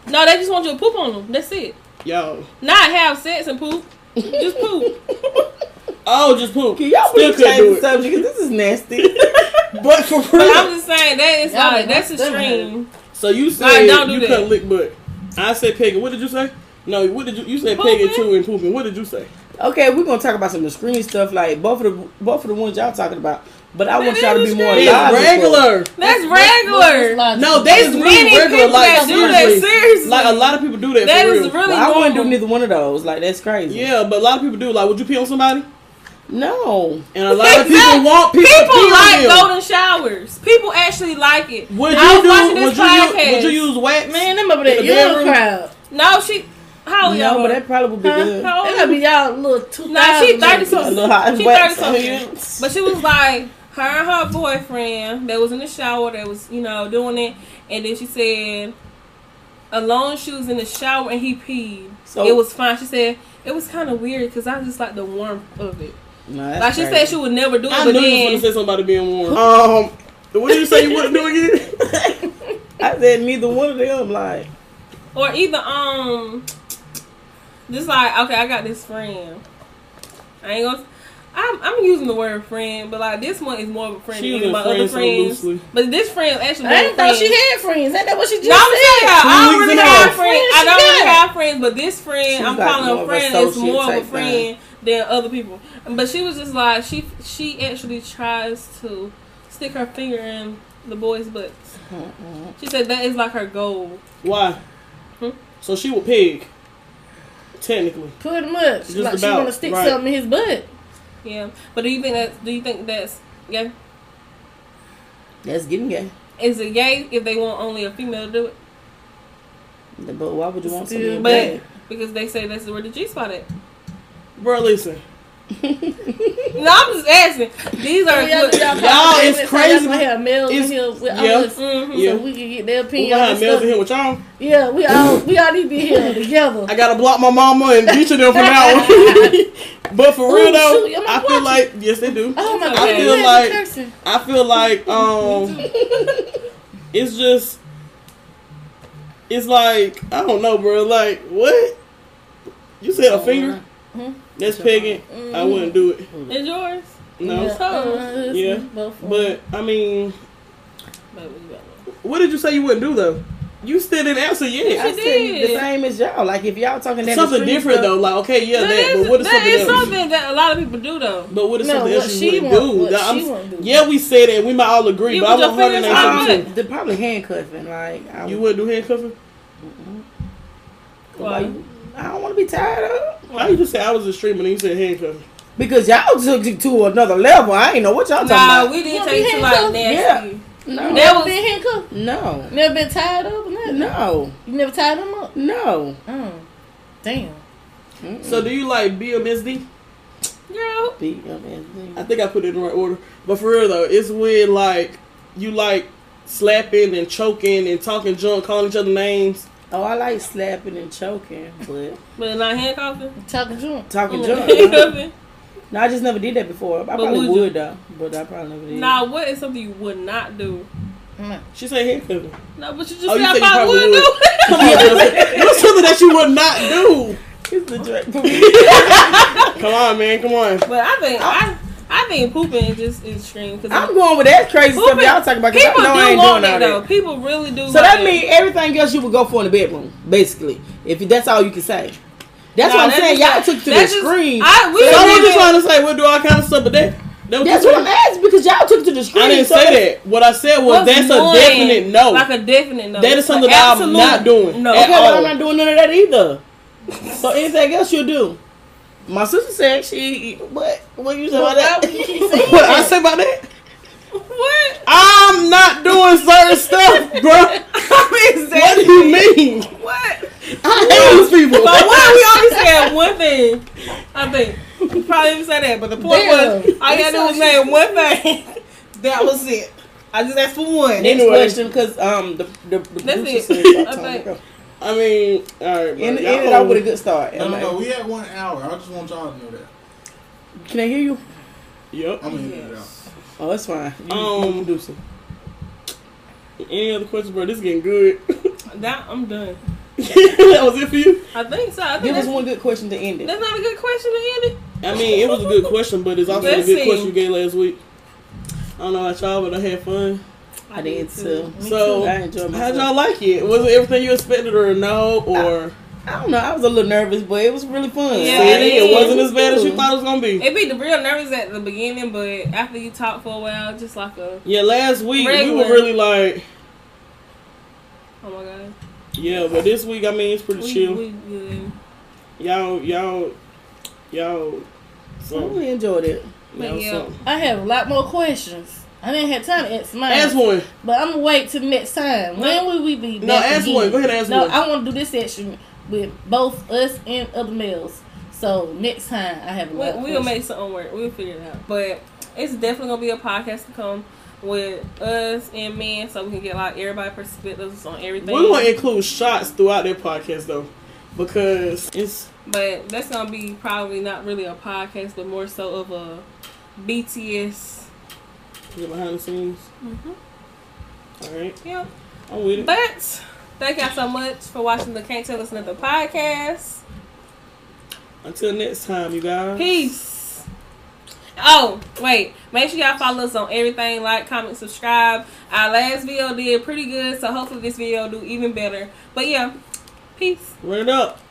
S1: No, they just want you to poop on them. That's it.
S2: Yo.
S1: Not have sex and poop. Just poop.
S2: Oh, just poop.
S3: Can y'all
S2: Still
S3: please
S2: couldn't
S3: change
S2: do
S3: the
S2: it.
S3: subject? 'Cause this is nasty.
S2: But for
S1: But I'm
S2: real.
S1: just saying that is
S4: Y'all
S1: like
S4: been
S1: that's
S4: hustling.
S1: extreme.
S2: So you said
S1: Nah, don't do
S2: you
S1: that.
S2: couldn't lick butt. I said pegging. What did you say? No, what did you you said
S1: Pooping.
S2: pegging too and pooping. What did you say?
S3: Okay, we're gonna talk about some of the screen stuff, like both of the both of the ones y'all talking about. But I want
S1: That
S3: y'all to
S1: is
S3: be more
S1: screen.
S2: It's
S3: logical.
S2: regular.
S1: That's
S4: What's
S1: regular.
S4: logical?
S2: No, that's
S1: There's
S2: really
S1: many
S2: regular.
S1: people
S2: Like
S1: that do that,
S2: seriously,
S1: seriously.
S2: like a lot of people do that.
S1: That
S2: for
S1: is
S2: real.
S1: really
S3: Well, I wouldn't do
S1: normal.
S3: neither one of those. Like that's crazy.
S2: Yeah, but a lot of people do. Like, would you pee on somebody?
S3: No.
S2: And a lot of people
S1: Exact-
S2: want people, to pee
S1: People
S2: on
S1: like
S2: them.
S1: golden showers. People actually like it.
S2: Would
S1: I
S2: you
S1: was
S2: do?
S1: watching
S2: Would
S1: this
S2: you, use,
S1: podcast.
S2: would you use wax?
S4: Man, them over there,
S2: In the
S4: young
S2: bedroom?
S4: crowd.
S1: No, she. How old y'all?
S3: No,
S1: are?
S3: but that probably would be
S1: Huh?
S3: good.
S1: How
S4: They
S1: old
S4: gotta
S1: you?
S4: be y'all little two thousand.
S1: Nah, she thirty
S3: A
S1: something.
S3: little hot and
S1: She
S3: wet.
S1: thirty something. But she was like, her and her boyfriend, they was in the shower, they was, you know, doing it, and then she said, alone she was in the shower and he peed.
S3: So-
S1: it was fine. She said, it was kind of weird because I just like the warmth of it.
S3: No, that's
S1: like she
S3: crazy.
S1: said she would never do it,
S2: I
S1: but
S2: knew you was
S1: then
S2: gonna say something about it being warm. Um, what did you say you wouldn't do again?
S3: I said neither one of them. Like
S1: or either um just like okay i got this friend i ain't gonna I'm, I'm using the word friend, but like this one is more of a friend
S2: She
S1: than
S2: using
S1: my
S2: friend
S1: other
S2: so
S1: friends.
S2: loosely.
S1: but this friend actually
S4: I
S1: more
S4: didn't thought
S1: friend.
S4: she had friends. Ain't that what she just
S1: No, I'm
S4: said?
S1: telling y'all, I
S2: Two
S1: don't
S2: weeks
S1: really
S2: ago.
S1: have friends. I
S4: Friends,
S1: don't really
S4: yeah.
S1: have friends, but this friend
S3: She's
S1: I'm
S3: like
S1: calling
S3: more
S1: a
S3: of
S1: friend
S3: an
S1: is more of a
S3: associate type
S1: friend than other people. But she was just like she she actually tries to stick her finger in the boys' butts. She said that is like her goal.
S2: Why?
S1: Hmm?
S2: So she would pig. Technically,
S4: Pretty much.
S2: Just
S4: like she
S2: about,
S4: wanna stick
S2: right.
S4: something in his butt.
S1: Yeah, but do you think that? Do you think that's gay?
S3: that's getting gay.
S1: Is it gay if they want only a female to do it?
S3: But why would you want
S4: Still
S3: something?
S1: But
S3: gay?
S1: because they say that's where the G spot at.
S2: bro. Listen,
S1: No, I'm just asking. These are
S4: Y'all,
S1: good.
S2: Y'all, it's crazy.
S4: We have males
S2: It's-
S4: in here with
S2: yeah.
S4: us,
S1: Mhm.
S2: Yeah.
S4: so we can get their
S2: we
S4: opinion.
S2: gonna
S4: on
S2: have males in
S4: stuff.
S2: here with y'all.
S4: Yeah, we all we all need to be here together.
S2: I gotta block my mama and teacher them from that one. but for real
S4: Ooh,
S2: though,
S4: shoot, y'all
S2: I
S4: might
S2: feel
S4: watch
S2: like yes, they do.
S4: Oh my
S1: I
S4: god,
S1: feel
S4: you had me
S2: like-
S4: cursing.
S2: I feel like um, it's just, it's like I don't know, bro. Like what? You said a finger?
S1: Hmm?
S4: Mhm.
S2: That's pegging. I wouldn't do it.
S3: Mm.
S1: It's yours.
S2: No.
S1: Mm-hmm. Yeah.
S2: Yeah.
S4: Uh, both of them.
S2: But I mean,
S1: But we got one.
S2: what did you say you wouldn't do though? You still didn't answer yet.
S3: I
S1: She
S3: said the
S1: did.
S3: same as y'all. Like if y'all talking that
S2: Something
S3: extreme
S2: different
S3: stuff-
S2: though. Like okay, yeah,
S1: That
S2: that.
S1: is-
S2: But what is
S1: that
S2: something
S1: is
S2: else?
S1: something that a lot of people do though.
S2: But what is
S4: No,
S2: something
S4: what
S2: else
S4: she
S2: you
S4: want-
S2: wouldn't do?
S4: what
S2: That I'm-
S4: she wouldn't do.
S2: Yeah, we said it. We might all agree,
S1: You
S2: but I
S1: put your
S2: want her to
S1: fingers
S2: answer
S1: on
S2: too.
S1: it.
S3: They're probably handcuffing. Like I,
S2: You would do handcuffing?
S1: Why?
S3: like, I don't want to be tied up
S2: How you just say I was a streamer and you said handcuffing?
S3: because y'all took it to another level. I ain't know what y'all talking
S1: Nah,
S3: about.
S1: we didn't
S4: Yeah,
S1: take
S4: we
S1: it to
S4: had
S1: like
S4: some-
S1: nasty.
S3: no,
S1: That was-
S4: been handcuffed.
S3: no,
S4: Never been tied up or nothing.
S3: no,
S4: You never tied them up.
S3: no.
S4: Mm. Damn.
S2: So do you like BMSD?
S1: Girl,
S2: I
S3: BMSD.
S2: think I put it in the right order. But for real though, it's weird like you like slapping and choking and talking junk, calling each other names.
S3: Oh, I like slapping and choking, but
S1: but not handcuffing. Oh,
S4: Talking junk.
S3: talking junk.
S1: Handcuffing.
S3: no, I just never did that before. I probably
S1: would
S3: would,
S1: you?
S3: though, but I probably never did.
S1: Nah, what is something you would not do?
S4: Mm.
S2: She said handcuffing.
S1: No, but you just
S2: Oh, you
S1: said
S2: said you
S1: I probably
S2: probably
S1: would do
S2: would.
S1: it.
S2: Come on, Justin. What's something that you would not do?
S3: it's the drink.
S2: Come on, man. Come on.
S1: But I think I I think pooping is just is extreme because
S3: I'm going with that crazy stuff
S1: Pooping-
S3: y'all talking about. 'cause I
S1: People
S3: know I
S1: do
S3: ain't
S1: want
S3: doing
S1: it
S3: all
S1: though.
S3: that.
S1: People really do.
S3: So
S1: want
S3: that
S1: it.
S3: means everything else you would go for in the bedroom, basically. If you- that's all you can say. That's
S1: Nah,
S3: what I'm
S1: that's
S3: saying.
S1: just-
S3: Y'all took to the
S1: that's just-
S3: screen.
S1: I we
S2: So I
S1: don't
S2: was
S1: even-
S2: just trying to say we'll do all kind of stuff, but that, that was
S3: that's
S2: just-
S3: what I'm asking because y'all took to the screen.
S2: I didn't
S3: so
S2: say that. What I said was
S1: what's
S2: that's a
S1: annoying,
S2: definite no.
S1: Like a definite no.
S2: That is something
S1: Like,
S2: that I'm
S1: absolute
S2: not doing.
S1: No.
S2: At
S3: Okay, but
S2: all.
S3: I'm not doing none of that either. So anything else you do. My sister said she what what you said about
S4: But why
S3: that?
S4: would you keep saying
S2: What I
S4: that?
S2: say about that?
S1: What?
S2: I'm not doing certain stuff, bro.
S1: I mean,
S2: What do
S1: exactly.
S2: you mean?
S1: What?
S2: I hate these people.
S1: But why we only said one thing? I think we probably didn't say that, but the point
S3: Damn.
S1: was I gotta do was name one thing. That was it. I just asked for one.
S3: Next
S2: Anyway.
S3: question, because um the the, the
S1: That's
S3: producer
S1: it.
S3: said about
S1: I
S3: time to
S1: think-
S3: go.
S2: I mean, all right, bro.
S3: End-
S2: Y'all-
S3: ended off with a good start.
S5: No, no,
S3: LA.
S5: no. We had one hour. I just want y'all to know that.
S3: Can I hear you?
S2: Yep.
S5: I'm gonna hit it out.
S3: Oh, that's fine. You,
S2: Um,
S3: you producer.
S2: Any other questions, bro? This is getting good.
S1: That I'm done.
S2: that was it for you.
S1: I think so. I think
S3: Give us
S1: that's,
S3: one good question to end it.
S1: that's not a good question to end it.
S2: I mean, it was a good question, but it's also a
S1: Let's
S2: good
S1: see.
S2: question you gave last week. I don't know about y'all, but I had fun.
S3: I did too.
S4: Me
S2: So,
S3: I enjoyed
S2: How'd
S3: myself.
S2: y'all like it? Was it everything you expected, or no, or
S3: I don't know. I was a little nervous, but it was really fun.
S1: Yeah,
S2: See,
S1: it
S2: it,
S1: is.
S2: wasn't as bad as you thought it was gonna be?
S1: It be the real nervous at the beginning, but after you talk for a while, just like a
S2: Yeah, last week we
S1: Regular.
S2: were really like,
S1: oh my god,
S2: yeah, but this week I mean it's pretty
S1: we,
S2: chill.
S1: we good.
S2: Y'all, y'all, y'all.
S3: I
S2: So,
S3: really enjoyed it.
S2: y'all
S1: yeah.
S2: something.
S4: I have a lot more questions. I didn't have time to ask mine.
S2: Ask one.
S4: But I'm gonna wait till next time. When will we be?
S2: No,
S4: back
S2: ask
S4: again?
S2: one. Go ahead, ask
S4: no,
S2: one.
S4: I want to do this section with both us and other males. So next time I have a lot.
S1: We,
S4: of
S1: we'll
S4: questions.
S1: make something work. We'll figure it out. But it's definitely gonna be a podcast to come with us and men, so we can get like everybody perspectives on everything.
S2: We're gonna include shots throughout their podcast though, because it's
S1: But that's gonna be probably not really a podcast, but more so of a BTS.
S2: is it behind the scenes.
S4: Mm-hmm.
S1: Mhm.
S2: All right,
S1: Yeah.
S2: I'm with it.
S1: But thank y'all so much for watching the Can't Tell Us Nothing podcast.
S2: Until next time, you guys.
S1: Peace. Oh, wait. Make sure y'all follow us on everything. Like, comment, subscribe. Our last video did pretty good, so hopefully this video will do even better. But yeah, peace.
S2: Run it up.